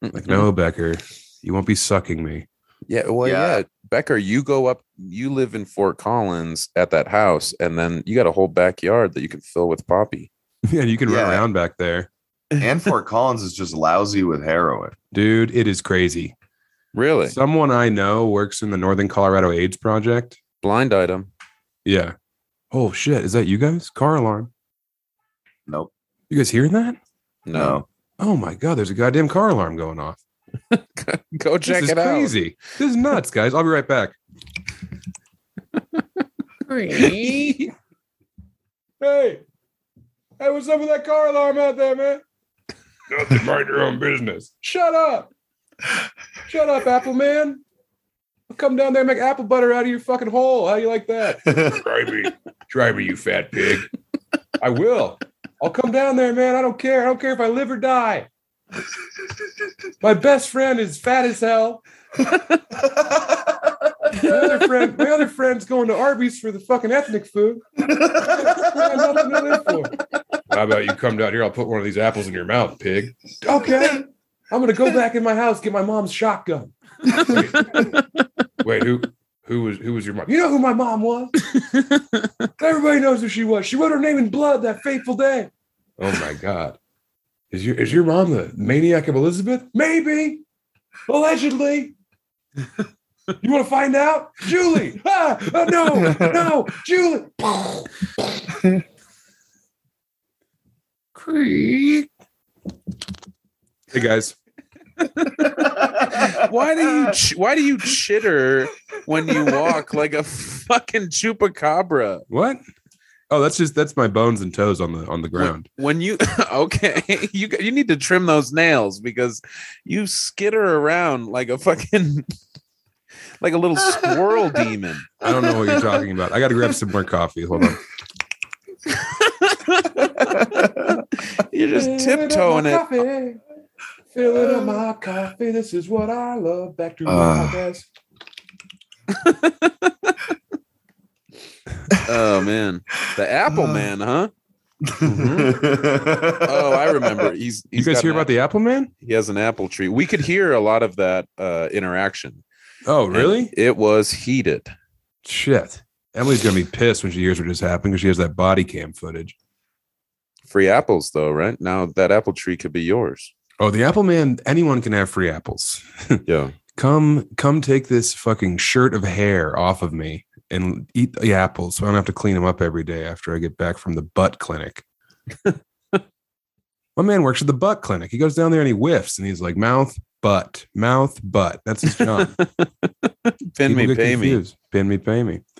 Speaker 1: like, no, Becker, you won't be sucking me. (laughs)
Speaker 3: Yeah, well, yeah.
Speaker 4: Yeah.
Speaker 3: Becker, you go up. You live in Fort Collins at that house, and then you got a whole backyard that you can fill with poppy.
Speaker 1: Yeah, you can run
Speaker 4: Yeah.
Speaker 1: around back there.
Speaker 4: and Fort Collins is just lousy with heroin.
Speaker 1: Dude, it is crazy.
Speaker 3: Really,
Speaker 1: Someone I know works in the Northern Colorado AIDS Project.
Speaker 3: blind item.
Speaker 1: Yeah. Oh, shit. Is that you guys? Car alarm.
Speaker 4: Nope.
Speaker 1: You guys hearing that?
Speaker 3: No,
Speaker 4: No.
Speaker 1: Oh, my God. There's a goddamn car alarm going off.
Speaker 3: go check
Speaker 1: this is
Speaker 3: it out.
Speaker 1: crazy. This is nuts, guys. I'll be right back. (laughs) hey, hey, what's up with that car alarm out there, man? Nothing. Mind your own business. Shut up. Shut up, Apple Man. I'll come down there and make apple butter out of your fucking hole. How do you like (laughs) that? Try me. Try me, you fat pig. I will. I'll come down there, man. I don't care. I don't care if I live or die. My best friend is fat as hell. My other friend, my other friend's going to Arby's for the fucking ethnic food. I got nothing to live for. How about you come down here? I'll put one of these apples in your mouth, pig. Okay. I'm gonna go back in my house get my mom's shotgun. Wait, Wait, who who was who was your mom? You know who my mom was. Everybody knows who she was. She wrote her name in blood that fateful day. Oh my god. Is your is your mom the maniac of Elizabeth? Maybe. Allegedly. You want to find out? Julie! Ah, oh, no, no, Julie! Creak. Hey guys, Mm-hmm.
Speaker 2: (laughs)
Speaker 3: Why do you ch- why do you chitter when you walk like a fucking chupacabra?
Speaker 1: what? Oh, that's just that's my bones and toes on the on the ground.
Speaker 3: When you (laughs) okay, you g- you need to trim those nails because you skitter around like a fucking (laughs) like a little squirrel (laughs) demon.
Speaker 1: I don't know what you're talking about. I got to grab some more coffee. Hold on.
Speaker 3: You're (laughs) just tiptoeing it.
Speaker 1: Filling up my coffee. This is what I love. Back to
Speaker 4: my
Speaker 3: Uh,
Speaker 4: Ah.
Speaker 1: podcast.
Speaker 3: Oh man, the Apple Man, huh? Oh,
Speaker 2: (laughs)
Speaker 3: I remember. He's,
Speaker 1: You
Speaker 3: he's
Speaker 1: guys
Speaker 3: got
Speaker 1: hear
Speaker 3: an
Speaker 1: about the Apple Man?
Speaker 3: app- He has an apple tree. We could hear a lot of that uh, interaction.
Speaker 1: Oh,
Speaker 3: and
Speaker 1: really?
Speaker 3: It was heated.
Speaker 1: Shit. Emily's gonna be pissed when she hears what just happened because she has that body cam footage.
Speaker 3: Free apples, though, right? Now that apple tree could
Speaker 1: (laughs)
Speaker 3: be yours.
Speaker 1: Oh, the Apple Man, anyone can have free apples.
Speaker 3: Yeah.
Speaker 1: Come come take this fucking shirt of hair off of me and eat the apples so I don't have to clean them up every day after I get back from the butt
Speaker 3: (laughs)
Speaker 1: clinic. My man works at the butt clinic. He goes down there and he whiffs and he's like, mouth, butt, mouth, butt. That's
Speaker 3: (laughs)
Speaker 1: his job.
Speaker 3: Pin me,
Speaker 1: People get
Speaker 3: pay me.
Speaker 1: confused. Pin me, pay me. (sighs)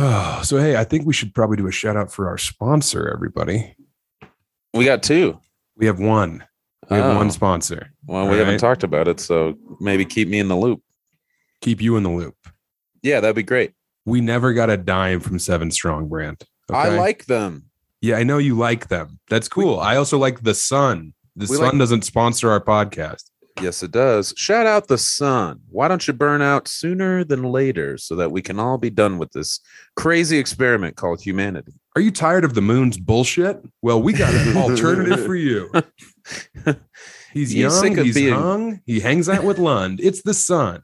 Speaker 1: Oh, so hey, I think we should probably do a shout out for our sponsor, everybody.
Speaker 3: We got two.
Speaker 1: We have one. We have
Speaker 3: Oh.
Speaker 1: one sponsor.
Speaker 3: Well, we
Speaker 1: All
Speaker 3: haven't
Speaker 1: right.
Speaker 3: talked about it, so maybe keep me in the loop.
Speaker 1: Keep you in the loop.
Speaker 3: Yeah, that'd be great.
Speaker 1: We never got a dime from Seven Strong brand.
Speaker 3: I
Speaker 1: okay?
Speaker 3: like them.
Speaker 1: Yeah, I know you like them. That's cool. I also like the Sun. The
Speaker 3: We
Speaker 1: Sun
Speaker 3: like-
Speaker 1: doesn't sponsor our podcast.
Speaker 3: Yes, it does. Shout out the sun. Why don't you burn out sooner than later so that we can all be done with this crazy experiment called humanity?
Speaker 1: Are you tired of the moon's bullshit? Well, we got an alternative for
Speaker 3: (laughs)
Speaker 1: you. He's
Speaker 3: He's
Speaker 1: young.
Speaker 3: sick of
Speaker 1: He's
Speaker 3: being-
Speaker 1: hung. He hangs out with Lund. It's the sun.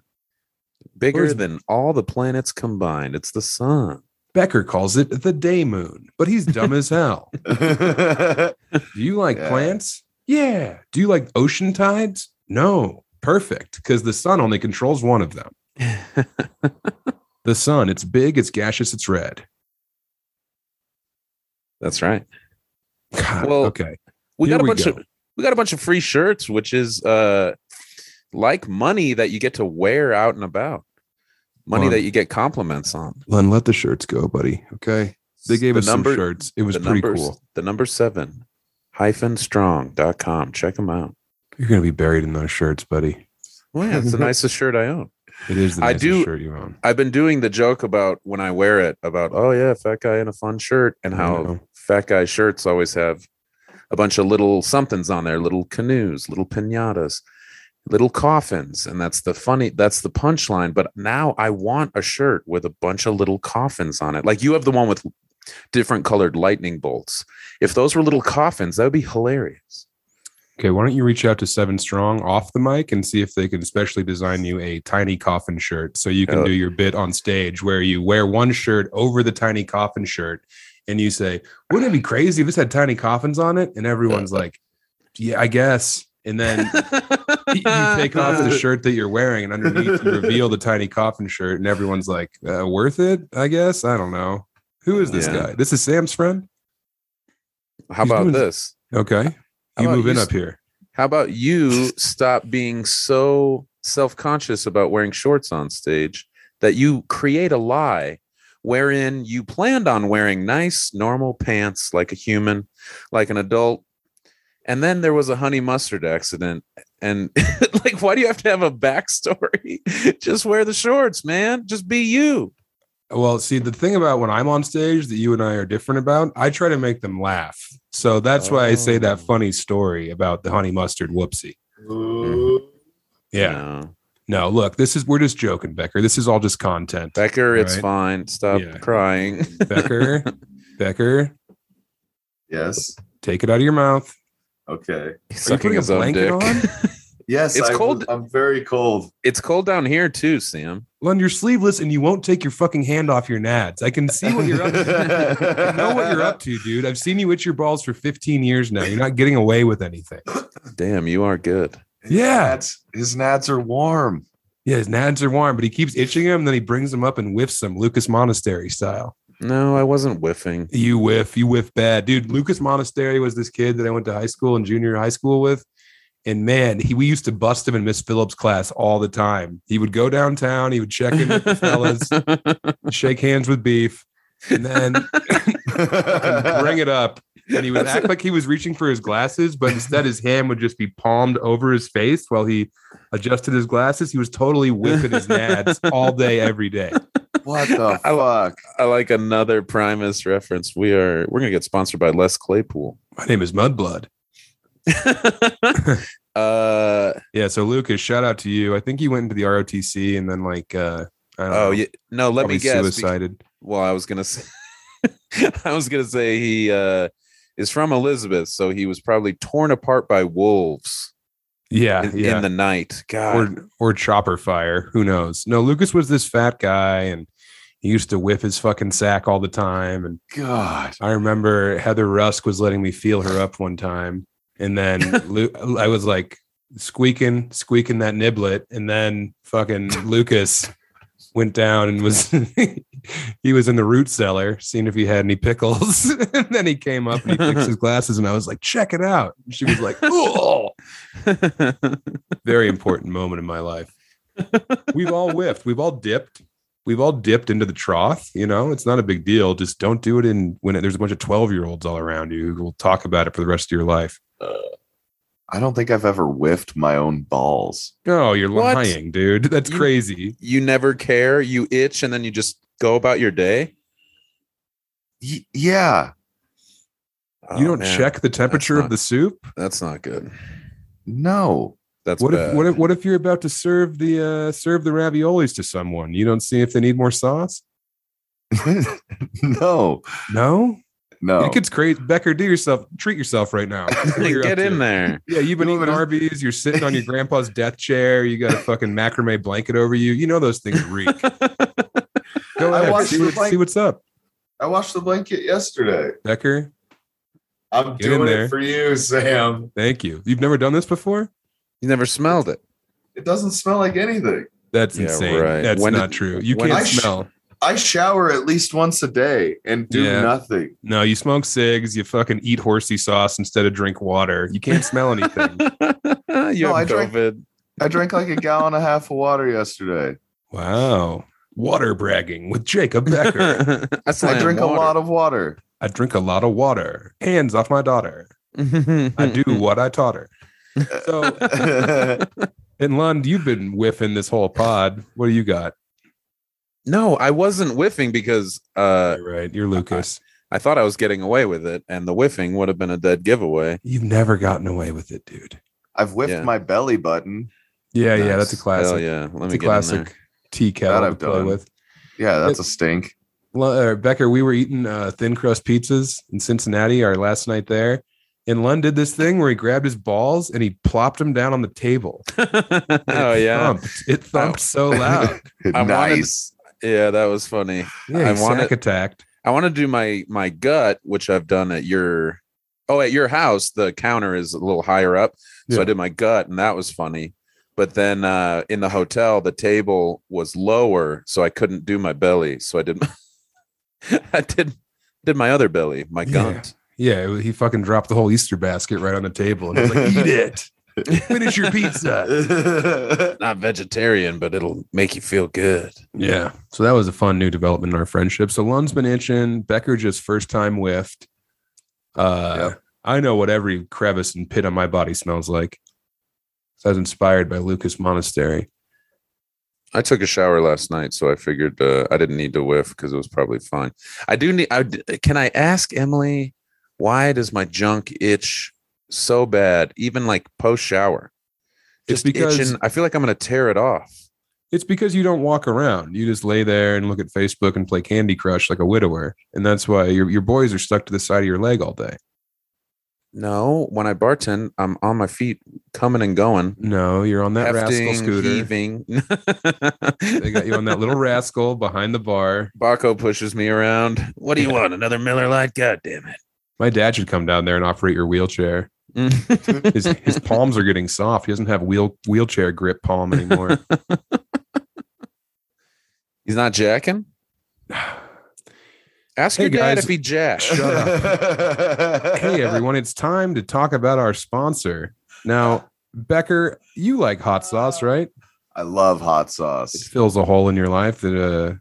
Speaker 3: Bigger
Speaker 1: Where's-
Speaker 3: than all the planets combined. It's the sun.
Speaker 1: Becker calls it the day moon, but he's dumb as hell. Do you
Speaker 3: (laughs)
Speaker 1: like
Speaker 4: Yeah.
Speaker 1: plants? Yeah. Do you like ocean tides? No. Perfect, because the sun only controls one of
Speaker 3: (laughs)
Speaker 1: them. The sun, it's big, it's gaseous, it's red.
Speaker 3: That's right.
Speaker 1: God,
Speaker 3: Well,
Speaker 1: okay.
Speaker 3: We
Speaker 1: Here
Speaker 3: got a
Speaker 1: we
Speaker 3: bunch
Speaker 1: go.
Speaker 3: of we got a bunch of free shirts, which is uh like money that you get to wear out and about. Money
Speaker 1: Fun.
Speaker 3: that you get compliments on.
Speaker 1: Len, let the shirts go, buddy. Okay. They gave
Speaker 3: The
Speaker 1: us
Speaker 3: number-
Speaker 1: some shirts. It was
Speaker 3: the
Speaker 1: pretty
Speaker 3: numbers-
Speaker 1: cool.
Speaker 3: The number seven hyphen strong.com. Check them out.
Speaker 1: You're gonna be buried in those shirts, buddy.
Speaker 3: Well, yeah,
Speaker 1: (laughs)
Speaker 3: it's the nicest shirt I own.
Speaker 1: It is the
Speaker 3: I
Speaker 1: nicest
Speaker 3: do-
Speaker 1: shirt you own.
Speaker 3: I've been doing the joke about when I wear it about, oh, yeah, fat guy in a fun shirt, and
Speaker 1: I
Speaker 3: how
Speaker 1: know.
Speaker 3: fat guy shirts always have a bunch of little somethings on there little canoes, little pinatas, little coffins. And that's the funny, that's the punchline. But now I want a shirt with a bunch of little coffins on it. Like you have the one with different colored lightning bolts. If those were little coffins, that would be hilarious.
Speaker 1: Okay, why don't you reach out to Seven Strong off the mic and see if they can specially design you a tiny coffin shirt so you can
Speaker 3: Oh.
Speaker 1: do your bit on stage where you wear one shirt over the tiny coffin shirt and you say, Wouldn't it be crazy if this had tiny coffins on it? And everyone's
Speaker 3: Uh.
Speaker 1: like, Yeah, I guess. And then you you
Speaker 3: (laughs)
Speaker 1: take off the shirt that you're wearing and underneath you reveal the tiny coffin shirt and everyone's like, uh, worth it, I guess. I don't know. Who is this
Speaker 3: Yeah.
Speaker 1: guy? This is Sam's friend?
Speaker 3: How
Speaker 1: He's
Speaker 3: about
Speaker 1: doing-
Speaker 3: this?
Speaker 1: Okay.
Speaker 3: How
Speaker 1: You
Speaker 3: about
Speaker 1: move
Speaker 3: you
Speaker 1: in
Speaker 3: s-
Speaker 1: up here.
Speaker 3: How about you stop being so self conscious about wearing shorts on stage that you create a lie wherein you planned on wearing nice, normal pants like a human, like an adult. And then there was a honey mustard accident. And (laughs) like, why do you have to have a backstory? (laughs) Just wear the shorts, man. Just be you.
Speaker 1: Well, see, the thing about when I'm on stage that you and I are different about, I try to make them laugh. So that's why I say that
Speaker 3: Oh.
Speaker 1: funny story about the honey mustard whoopsie. Mm-hmm. Yeah.
Speaker 3: No.
Speaker 1: No, look, this is, we're just joking, Becker. This is all just content.
Speaker 3: Becker, it's
Speaker 1: Right.
Speaker 3: fine. Stop
Speaker 1: Yeah.
Speaker 3: crying.
Speaker 1: Becker,
Speaker 3: (laughs)
Speaker 1: Becker,
Speaker 4: Yes.
Speaker 1: take it out of your mouth.
Speaker 4: Okay.
Speaker 3: He's
Speaker 1: Are you
Speaker 3: (laughs) sucking
Speaker 1: putting a
Speaker 3: his own
Speaker 1: blanket
Speaker 3: dick.
Speaker 1: on?
Speaker 4: Yes.
Speaker 3: It's
Speaker 4: I-
Speaker 3: cold.
Speaker 4: I'm very cold.
Speaker 3: It's cold down here, too, Sam.
Speaker 1: Lund, you're sleeveless and you won't take your fucking hand off your nads. I can see what you're up to.
Speaker 3: (laughs)
Speaker 1: I know what
Speaker 4: (laughs)
Speaker 1: you're up to, dude. I've seen you at your balls for 15 years now. You're not getting away with anything.
Speaker 3: Damn, you are good.
Speaker 4: His
Speaker 1: Yeah.
Speaker 4: nads- his nads are warm.
Speaker 1: Yeah, his nads are warm, but he keeps itching them. Then he brings them up and whiffs them, Lucas Monastery style.
Speaker 3: No, I wasn't whiffing.
Speaker 1: You whiff, you whiff bad, dude. Lucas Monastery was this kid that I went to high school and junior high school with. And man, he we used to bust him in Miss Phillips' class all the time. He would go downtown, he would check in with the fellas, shake hands with beef, and then and bring it up. And he would act like he was reaching for his glasses, but instead his hand would just be palmed over his face while he adjusted his glasses. He was totally whipping his nads all day, every day.
Speaker 4: (laughs) what the
Speaker 3: I-
Speaker 4: fuck?
Speaker 3: I like another Primus reference. We are we're gonna get sponsored by Les Claypool. (laughs)
Speaker 1: My name is Mudblood.
Speaker 3: uh
Speaker 1: Yeah. So Lucas, shout out to you. I think you went into the ROTC and then like uh I don't
Speaker 3: oh
Speaker 1: know,
Speaker 3: yeah, no, let
Speaker 1: probably
Speaker 3: me guess. be-
Speaker 1: suicided.
Speaker 3: well, I was gonna say (laughs) I was gonna say he uh is from Elizabeth, so he was probably torn apart by wolves
Speaker 1: Yeah,
Speaker 3: in,
Speaker 1: yeah.
Speaker 3: in the night. God
Speaker 1: or or chopper fire. Who knows? No, Lucas was this fat guy and he used to whiff his fucking sack all the time and
Speaker 4: God.
Speaker 1: I remember Heather Rusk was letting me feel her up one time, and then Lu- I was like squeaking, squeaking that niblet, and then fucking Lucas went down and was (laughs) he was in the root cellar, seeing if he had any pickles, (laughs) and then he came up and he fixed his glasses, and I was like, check it out. And she was
Speaker 3: (laughs)
Speaker 1: like, oh, very important moment in my life. We've all whiffed, we've all dipped. We've all dipped into the trough, you know. It's not a big deal. Just don't do it in when there's a bunch of twelve-year-olds all around you who will talk about it for the rest of your life.
Speaker 4: I don't think I've ever whiffed my own balls.
Speaker 1: No, you're
Speaker 3: What?
Speaker 1: lying, dude. That's
Speaker 3: You-
Speaker 1: crazy.
Speaker 3: you never care, you itch, and then you just go about your day.
Speaker 4: Y- yeah.
Speaker 1: you
Speaker 3: Oh,
Speaker 1: don't
Speaker 3: man,
Speaker 1: check the temperature
Speaker 3: not-
Speaker 1: of the soup.
Speaker 3: That's not good.
Speaker 4: No. (laughs)
Speaker 3: That's
Speaker 1: What
Speaker 3: bad.
Speaker 1: if
Speaker 3: (laughs)
Speaker 1: what if what if you're about to serve the uh, serve the raviolis to someone? You don't see if they need more sauce.
Speaker 4: no.
Speaker 1: No,
Speaker 4: No.
Speaker 1: it gets crazy. Becker, do yourself treat yourself right
Speaker 3: (laughs)
Speaker 1: now. What are you up
Speaker 3: get
Speaker 1: to?
Speaker 3: in there.
Speaker 1: Yeah, you've been
Speaker 4: You
Speaker 1: eating
Speaker 4: know what
Speaker 1: Arby's. You're sitting on your grandpa's death chair. You got a fucking macrame blanket over you. You know those things
Speaker 4: (laughs)
Speaker 1: reek. Go
Speaker 4: I
Speaker 1: ahead,
Speaker 4: watched
Speaker 1: see,
Speaker 4: the
Speaker 1: what,
Speaker 4: blank-
Speaker 1: see what's up,
Speaker 4: I washed the blanket yesterday.
Speaker 1: Becker.
Speaker 4: I'm
Speaker 1: Get in
Speaker 4: doing
Speaker 1: there.
Speaker 4: it for you, Sam.
Speaker 1: Thank you. You've never done this before.
Speaker 3: You never smelled (laughs) it.
Speaker 4: It doesn't smell like anything.
Speaker 1: That's
Speaker 3: Yeah,
Speaker 1: insane.
Speaker 3: right.
Speaker 1: That's
Speaker 3: When did-
Speaker 1: not true. You
Speaker 3: when
Speaker 1: can't
Speaker 4: did- I sh-
Speaker 1: smell.
Speaker 4: I shower at least once a day and do
Speaker 1: Yeah.
Speaker 4: nothing.
Speaker 1: No, you smoke cigs. You fucking eat horsey sauce instead of drink water. You can't smell
Speaker 3: (laughs)
Speaker 1: anything.
Speaker 3: you
Speaker 4: No, I
Speaker 3: have
Speaker 4: drank-
Speaker 1: (laughs)
Speaker 3: COVID.
Speaker 4: I drank like a gallon and a half of water yesterday.
Speaker 1: wow. Water bragging with Jacob
Speaker 3: (laughs)
Speaker 1: Becker.
Speaker 3: I,
Speaker 4: I drink a lot of
Speaker 1: (laughs)
Speaker 4: water. (laughs)
Speaker 1: I drink a lot of water. Hands off my daughter.
Speaker 3: (laughs)
Speaker 1: I do
Speaker 3: Mm-hmm.
Speaker 1: what I taught her. So, and Lund, you've been whiffing this whole pod. What do you got?
Speaker 3: no, I wasn't whiffing because uh,
Speaker 1: You're right. You're Lucas.
Speaker 3: I thought I was getting away with it, and the whiffing would have been a dead giveaway.
Speaker 1: You've never gotten away with it, dude.
Speaker 4: I've whiffed
Speaker 3: Yeah.
Speaker 4: my belly button.
Speaker 1: Yeah, yeah. That's a
Speaker 4: Nice.
Speaker 3: Hell
Speaker 1: classic.
Speaker 3: yeah, let
Speaker 1: It's
Speaker 3: me
Speaker 1: a
Speaker 3: get classic.
Speaker 1: classic tea
Speaker 4: That
Speaker 1: kettle to
Speaker 4: I've
Speaker 1: play
Speaker 4: done.
Speaker 1: with.
Speaker 4: Yeah, that's a stink.
Speaker 1: Lu- uh, Becker, we were eating uh, thin crust pizzas in Cincinnati our last night there. And Lund did this thing where he grabbed his balls and he plopped them down on the table. And
Speaker 3: (laughs) oh
Speaker 1: it
Speaker 3: yeah,
Speaker 1: thumped. it thumped so loud.
Speaker 3: I wanted-
Speaker 4: nice.
Speaker 3: yeah, that was funny.
Speaker 1: Yeah,
Speaker 3: I
Speaker 1: he
Speaker 3: wanted-
Speaker 1: sack attacked.
Speaker 3: I want to do my my gut, which I've done at your oh at your house. The counter is a little higher up, so
Speaker 1: Yeah.
Speaker 3: I did my gut, and that was funny. But then uh, in the hotel, the table was lower, so I couldn't do my (laughs) belly. So I did my, I did did my other belly, my
Speaker 1: Yeah.
Speaker 3: gunt.
Speaker 1: Yeah, he fucking dropped the whole Easter basket right on the table and was like, "Eat it, finish your pizza."
Speaker 3: Not vegetarian, but it'll make you feel good.
Speaker 1: Yeah, so that was a fun new development in our friendship. So Lund's been itching. Becker just first time whiffed. Uh, I know what every crevice and pit on my body smells like. So I was inspired by Lucas Monastery.
Speaker 3: I took a shower last night, so I figured uh, I didn't need to whiff because it was probably fine. I do need. I, d- can I ask Emily why does my junk itch so bad, even like post shower?
Speaker 1: It's
Speaker 3: Just
Speaker 1: because-
Speaker 3: itching. I feel like I'm gonna tear it off.
Speaker 1: It's because you don't walk around. You just lay there and look at Facebook and play Candy Crush like a widower, and that's why your your boys are stuck to the side of your leg all day.
Speaker 3: No, when I bartend, I'm on my feet, coming and going,
Speaker 1: No, you're on that rascal
Speaker 3: hefting,
Speaker 1: scooter.
Speaker 3: heaving.
Speaker 1: They got you on that little rascal behind the bar.
Speaker 3: (laughs) Baco pushes me around. What do you want? Another Miller Lite? God damn
Speaker 1: My dad should come down there and operate your wheelchair.
Speaker 3: it!
Speaker 1: His his palms are getting soft. He doesn't have wheel wheelchair grip palm anymore.
Speaker 3: He's not jacking. Ask
Speaker 1: Hey,
Speaker 3: your dad
Speaker 1: guys.
Speaker 3: if he
Speaker 4: (laughs)
Speaker 1: (laughs)
Speaker 3: jacks.
Speaker 1: hey everyone, it's time to talk about our sponsor. Now, Becker, you like hot sauce, right?
Speaker 4: I love hot
Speaker 1: It
Speaker 4: sauce.
Speaker 1: fills a hole in your life that uh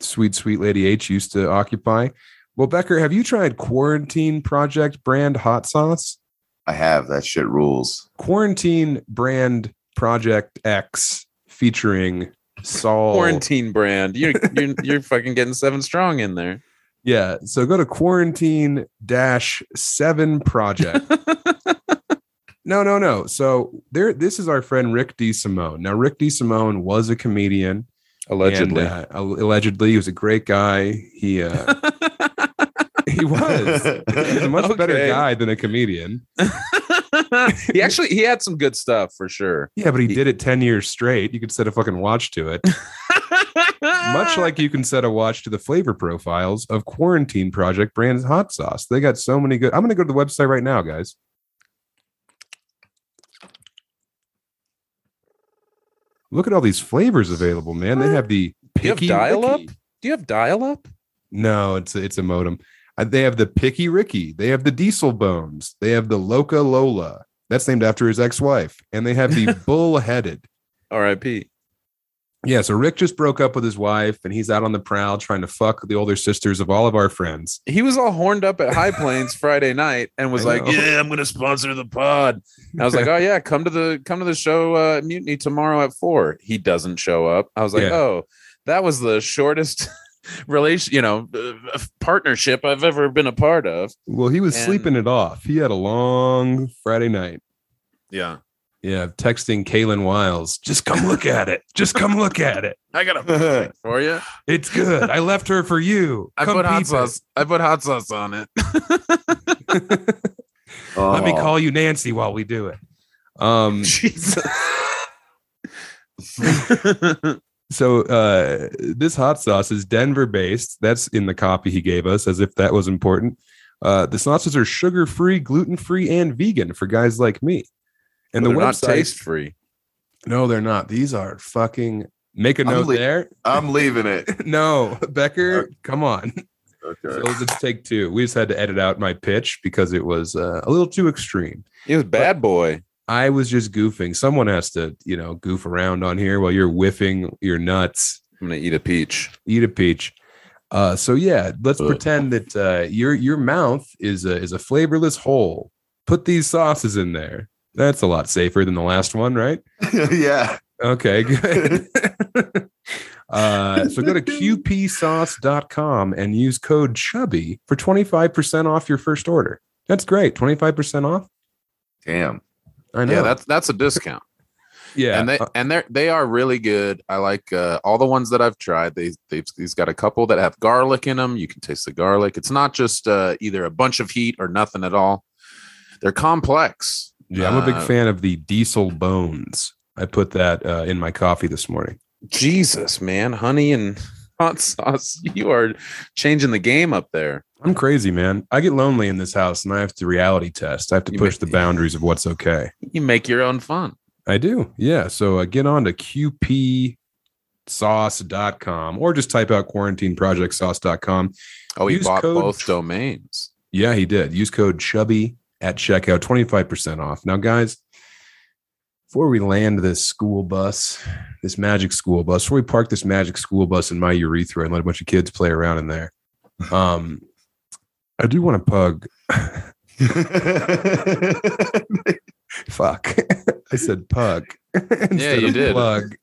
Speaker 1: sweet sweet lady H used to occupy. Well, Becker, have you tried Quarantine Project brand hot sauce?
Speaker 4: I have that shit
Speaker 1: (laughs)
Speaker 4: rules.
Speaker 1: Quarantine brand Project X featuring Saul
Speaker 3: quarantine brand. You're you're, (laughs) you're fucking getting seven strong in there.
Speaker 1: Yeah. So go to quarantine dash seven
Speaker 3: (laughs)
Speaker 1: project. no, no, no. So there this is our friend Rick D. Simone. Now, Rick D. Simone was a comedian.
Speaker 3: Allegedly.
Speaker 1: And, uh, allegedly, he was a great guy. He uh
Speaker 3: (laughs)
Speaker 4: (laughs)
Speaker 1: he was. He was a much better
Speaker 3: Okay.
Speaker 1: guy than a comedian. uh,
Speaker 3: (laughs) he actually he had some good stuff for sure.
Speaker 1: Yeah, but he
Speaker 3: He-
Speaker 1: did it 10 years straight. You could set a fucking watch to it.
Speaker 3: (laughs) Ah.
Speaker 1: Much like you can set a watch to the flavor profiles of Quarantine Project Brand's hot sauce. They got so many good. I'm going to go to the website right now, guys. Look at all these flavors available, man. They have the
Speaker 3: You have
Speaker 1: picky
Speaker 3: dial-up?
Speaker 1: Ricky.
Speaker 3: Do you have dial up?
Speaker 1: No, it's a, it's a modem. Uh, They have the picky Ricky. They have the Diesel Bones. They have the Loca Lola. That's named after his ex-wife. And they have the
Speaker 3: (laughs)
Speaker 1: Bullheaded.
Speaker 3: R.I.P.
Speaker 1: Yeah, so Rick just broke up with his wife, and he's out on the prowl trying to fuck the older sisters of all of our friends.
Speaker 3: He was all horned up at
Speaker 1: (laughs)
Speaker 3: High Plains Friday night and was
Speaker 1: I
Speaker 3: like,
Speaker 1: know.
Speaker 3: "Yeah, I'm gonna sponsor the pod." And I was like, "Oh yeah, come to the come to the show uh, Mutiny tomorrow at four. He doesn't show up. I was like,
Speaker 1: Yeah.
Speaker 3: "Oh, that was the shortest (laughs) relation, you know, uh, partnership I've ever been a part of."
Speaker 1: Well, he was
Speaker 3: And-
Speaker 1: sleeping it off. He had a long Friday night.
Speaker 3: Yeah.
Speaker 1: Yeah, texting Kalen Wiles, just come look at it. Just come look at it.
Speaker 3: I (laughs) got a for you.
Speaker 1: It's good. I left her for you. Come peep it.
Speaker 3: I put hot sauce
Speaker 1: (laughs)
Speaker 3: on it.
Speaker 1: Let me
Speaker 4: Oh.
Speaker 1: call you Nancy while we do it. Um,
Speaker 3: Jesus.
Speaker 1: so uh, this hot sauce is Denver based. That's in the copy he gave us, as if that was important. Uh, the sauces are sugar free, gluten free, and vegan for guys like me. And the website,
Speaker 3: taste free.
Speaker 1: no, they're not. These are fucking. Make a
Speaker 4: I'm
Speaker 1: note
Speaker 4: li-
Speaker 1: there.
Speaker 4: I'm leaving it.
Speaker 1: No, Becker, come on. So
Speaker 4: Okay.
Speaker 1: let's take two. We just had to edit out my pitch because it was uh, a little too extreme.
Speaker 3: He was bad boy.
Speaker 1: I was just goofing. Someone has to, you know, goof around on here while you're whiffing your nuts
Speaker 3: I'm gonna eat a peach.
Speaker 1: Eat a peach. Uh, so yeah, let's
Speaker 3: Ugh.
Speaker 1: pretend that uh, your your mouth is a is a flavorless hole. Put these sauces in there. That's a lot safer than the last one, right?
Speaker 4: (laughs) yeah.
Speaker 1: Okay, (laughs) good. uh, so go to qpsauce.com and use code chubby for 25% off your first order. That's great. 25% off. (laughs)
Speaker 4: Damn.
Speaker 1: I know.
Speaker 3: Yeah, that's that's a discount.
Speaker 1: yeah.
Speaker 3: and they
Speaker 1: uh,
Speaker 3: and they are they are really good. I like uh, all the ones that I've tried. They they've he's got a couple that have garlic in them. You can taste the garlic. It's not just uh, either a bunch of heat or nothing at all. They're complex.
Speaker 1: yeah, I'm a big
Speaker 3: uh,
Speaker 1: fan of the diesel bones. I put that uh, in my coffee this morning.
Speaker 3: Jesus, man, honey and (laughs) hot sauce. You are changing the game up there.
Speaker 1: I'm crazy, man. I get lonely in this house and I have to reality test. I have to
Speaker 3: You
Speaker 1: push
Speaker 3: make-
Speaker 1: the boundaries of what's okay.
Speaker 3: You make your own fun.
Speaker 1: I do. Yeah. So uh, get on to qpsauce.com or just type out quarantineprojectsauce.com.
Speaker 3: Oh, he
Speaker 1: Use
Speaker 3: bought
Speaker 1: code- (laughs)
Speaker 3: both domains.
Speaker 1: Yeah, he did. Use code chubby at checkout, 25% off. Now, guys, before we land this school bus, this magic school bus, before we park this magic school bus in my urethra and let a bunch of kids play around in there, um, I do want to pug. Fuck. (laughs) I said pug. (laughs) instead
Speaker 3: you
Speaker 1: of
Speaker 3: did. Uh,
Speaker 1: Plug.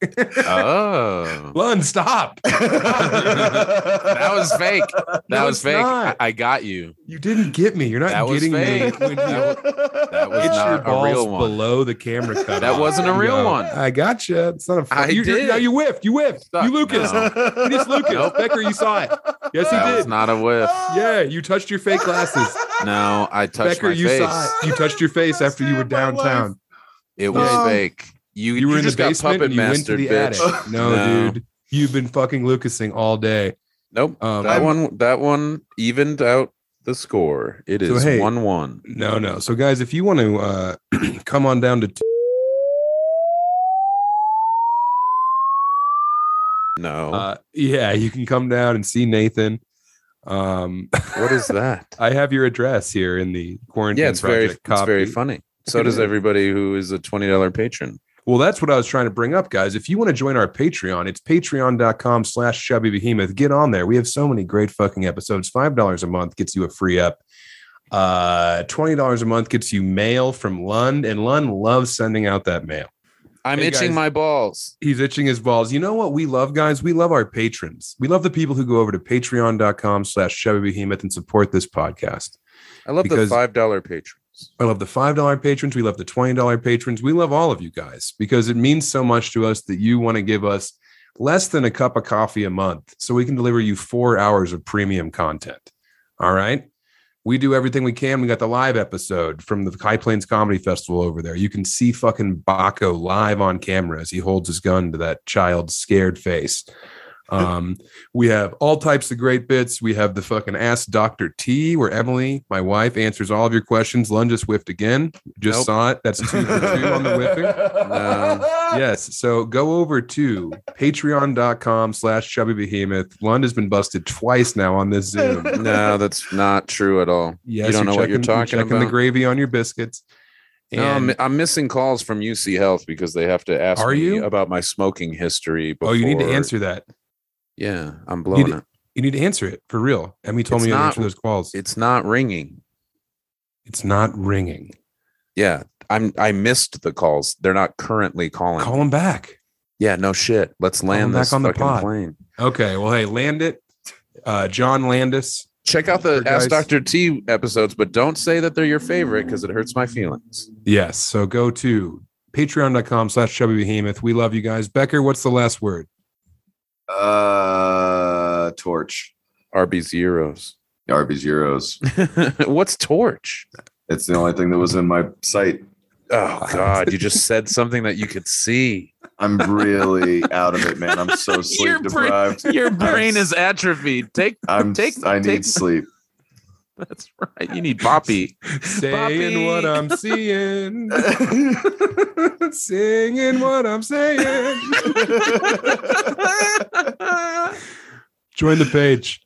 Speaker 3: Oh,
Speaker 1: (laughs) Lund, stop.
Speaker 3: that
Speaker 4: (laughs)
Speaker 3: was fake. That
Speaker 1: (laughs) No,
Speaker 3: was
Speaker 1: it's
Speaker 3: fake. I,
Speaker 1: not.
Speaker 3: I got you.
Speaker 1: You didn't get me. You're not
Speaker 3: That was
Speaker 1: getting me.
Speaker 3: fake.
Speaker 1: When you
Speaker 3: (laughs) That was
Speaker 1: It's your
Speaker 3: not a
Speaker 1: balls
Speaker 3: real one.
Speaker 1: below the
Speaker 3: (laughs)
Speaker 1: camera cutoff.
Speaker 3: That wasn't a
Speaker 1: You
Speaker 3: real
Speaker 1: go,
Speaker 3: one.
Speaker 1: I gotcha. It's not a.
Speaker 3: I
Speaker 1: you, you-
Speaker 3: did.
Speaker 1: No, you whiffed. You whiffed.
Speaker 3: Suck.
Speaker 1: You Lucas.
Speaker 3: No.
Speaker 4: (laughs)
Speaker 1: You just Lucas.
Speaker 3: Nope.
Speaker 1: Becker, you saw it. Yes, he
Speaker 3: that was
Speaker 1: did.
Speaker 3: not a whiff.
Speaker 1: yeah, you touched your
Speaker 4: (laughs)
Speaker 1: fake glasses.
Speaker 3: No, I touched
Speaker 1: Becker,
Speaker 3: my
Speaker 1: you
Speaker 3: face.
Speaker 1: saw it. You touched your face
Speaker 4: Best
Speaker 1: after you
Speaker 4: day
Speaker 1: were
Speaker 4: of my life.
Speaker 1: downtown.
Speaker 3: It was
Speaker 4: No.
Speaker 3: fake. (laughs) You,
Speaker 1: You were in the
Speaker 3: just got
Speaker 1: basement
Speaker 3: puppet
Speaker 1: and you went to
Speaker 3: mastered,
Speaker 1: the
Speaker 3: bitch.
Speaker 1: attic.
Speaker 3: (laughs)
Speaker 1: No,
Speaker 3: No.
Speaker 1: dude. You've been fucking Lucasing all day.
Speaker 3: Nope.
Speaker 1: Um,
Speaker 3: that one. That one evened out the score. It
Speaker 1: So,
Speaker 3: is
Speaker 1: hey.
Speaker 3: one one.
Speaker 1: No, no. So, guys, if you want to uh, (clears throat) come on down to
Speaker 3: No.
Speaker 1: Uh, yeah, you can come down and see Nathan. Um, (laughs)
Speaker 3: what is that?
Speaker 1: I have your address here in the quarantine.
Speaker 3: yeah, it's very
Speaker 1: project
Speaker 3: it's very
Speaker 1: copy. (laughs)
Speaker 3: funny. So does everybody who is a twenty dollar patron.
Speaker 1: Well, that's what I was trying to bring up, guys. If you want to join our Patreon, it's patreon.com slash chubby behemoth. Get on there. We have so many great fucking episodes. Five dollars a month gets you a free up. Uh twenty dollars a month gets you mail from Lund, and Lund loves sending out that mail.
Speaker 3: I'm
Speaker 1: Hey,
Speaker 3: itching
Speaker 1: guys.
Speaker 3: my balls.
Speaker 1: He's itching his balls. You know what we love, guys? We love our patrons. We love the people who go over to patreon.com slash chubby behemoth and support this podcast.
Speaker 3: I love
Speaker 1: Because-
Speaker 3: the five dollar patrons.
Speaker 1: I love the $5 patrons. We love the $20 patrons. We love all of you guys because it means so much to us that you want to give us less than a cup of coffee a month so we can deliver you four hours of premium content. All right. We do everything we can. We got the live episode from the High Plains Comedy Festival over there. You can see fucking Baco live on camera as he holds his gun to that child's scared face. Um, we have all types of great bits. We have the fucking Ask Dr. T, where Emily, my wife, answers all of your questions. Lund just whiffed again. Just
Speaker 3: Nope.
Speaker 1: saw it. That's two for two on the whiffing
Speaker 4: (laughs)
Speaker 1: yes so go over to patreon.com slash chubby behemoth lund has been busted twice now on this
Speaker 3: (laughs)
Speaker 1: zoom
Speaker 3: no, that's not true at all.
Speaker 1: yes
Speaker 3: don't know what you're talking
Speaker 1: checking the
Speaker 3: about.
Speaker 1: gravy on your biscuits
Speaker 3: No, I'm,
Speaker 1: and
Speaker 3: I'm missing calls from UC Health because they have to ask
Speaker 1: Are
Speaker 3: me
Speaker 1: you?
Speaker 3: about my smoking history. Before,
Speaker 1: oh you need to answer that
Speaker 3: Yeah, I'm blowing
Speaker 1: d-
Speaker 3: it.
Speaker 1: you need to answer it for real emmy told
Speaker 3: It's
Speaker 1: me to
Speaker 3: not-
Speaker 1: answer those calls
Speaker 3: It's not ringing.
Speaker 1: it's not ringing
Speaker 3: Yeah, I'm. I missed the calls. They're not currently calling.
Speaker 1: call him back
Speaker 3: yeah, no shit. Let's land
Speaker 1: them
Speaker 3: this
Speaker 1: back on the
Speaker 3: fucking
Speaker 1: pod.
Speaker 3: plane.
Speaker 1: okay well hey land it uh john landis
Speaker 3: Check out the
Speaker 1: Sure,
Speaker 3: Ask
Speaker 1: guys.
Speaker 3: Doctor T episodes, but don't say that they're your favorite because it hurts my feelings.
Speaker 1: yes so go to patreon.com slash chubby behemoth we love you guys becker what's the last word
Speaker 4: Uh, torch.
Speaker 3: RB zeros.
Speaker 4: Arby's Euros.
Speaker 3: (laughs) What's torch?
Speaker 4: It's the only thing that was in my sight.
Speaker 1: (laughs)
Speaker 3: Oh God, you just said something that you could see.
Speaker 4: I'm
Speaker 1: (laughs)
Speaker 4: really out of it, man. I'm so
Speaker 3: Your
Speaker 4: sleep
Speaker 3: brain-
Speaker 4: deprived.
Speaker 3: Your
Speaker 4: brain is
Speaker 3: atrophied. Take
Speaker 4: I'm.
Speaker 3: Take-
Speaker 4: I need
Speaker 1: (laughs)
Speaker 3: take-
Speaker 4: sleep.
Speaker 3: that's right. You need Poppy. (laughs)
Speaker 1: Saying what
Speaker 3: Poppy.
Speaker 1: I'm seeing. Singing what I'm saying. Join the page.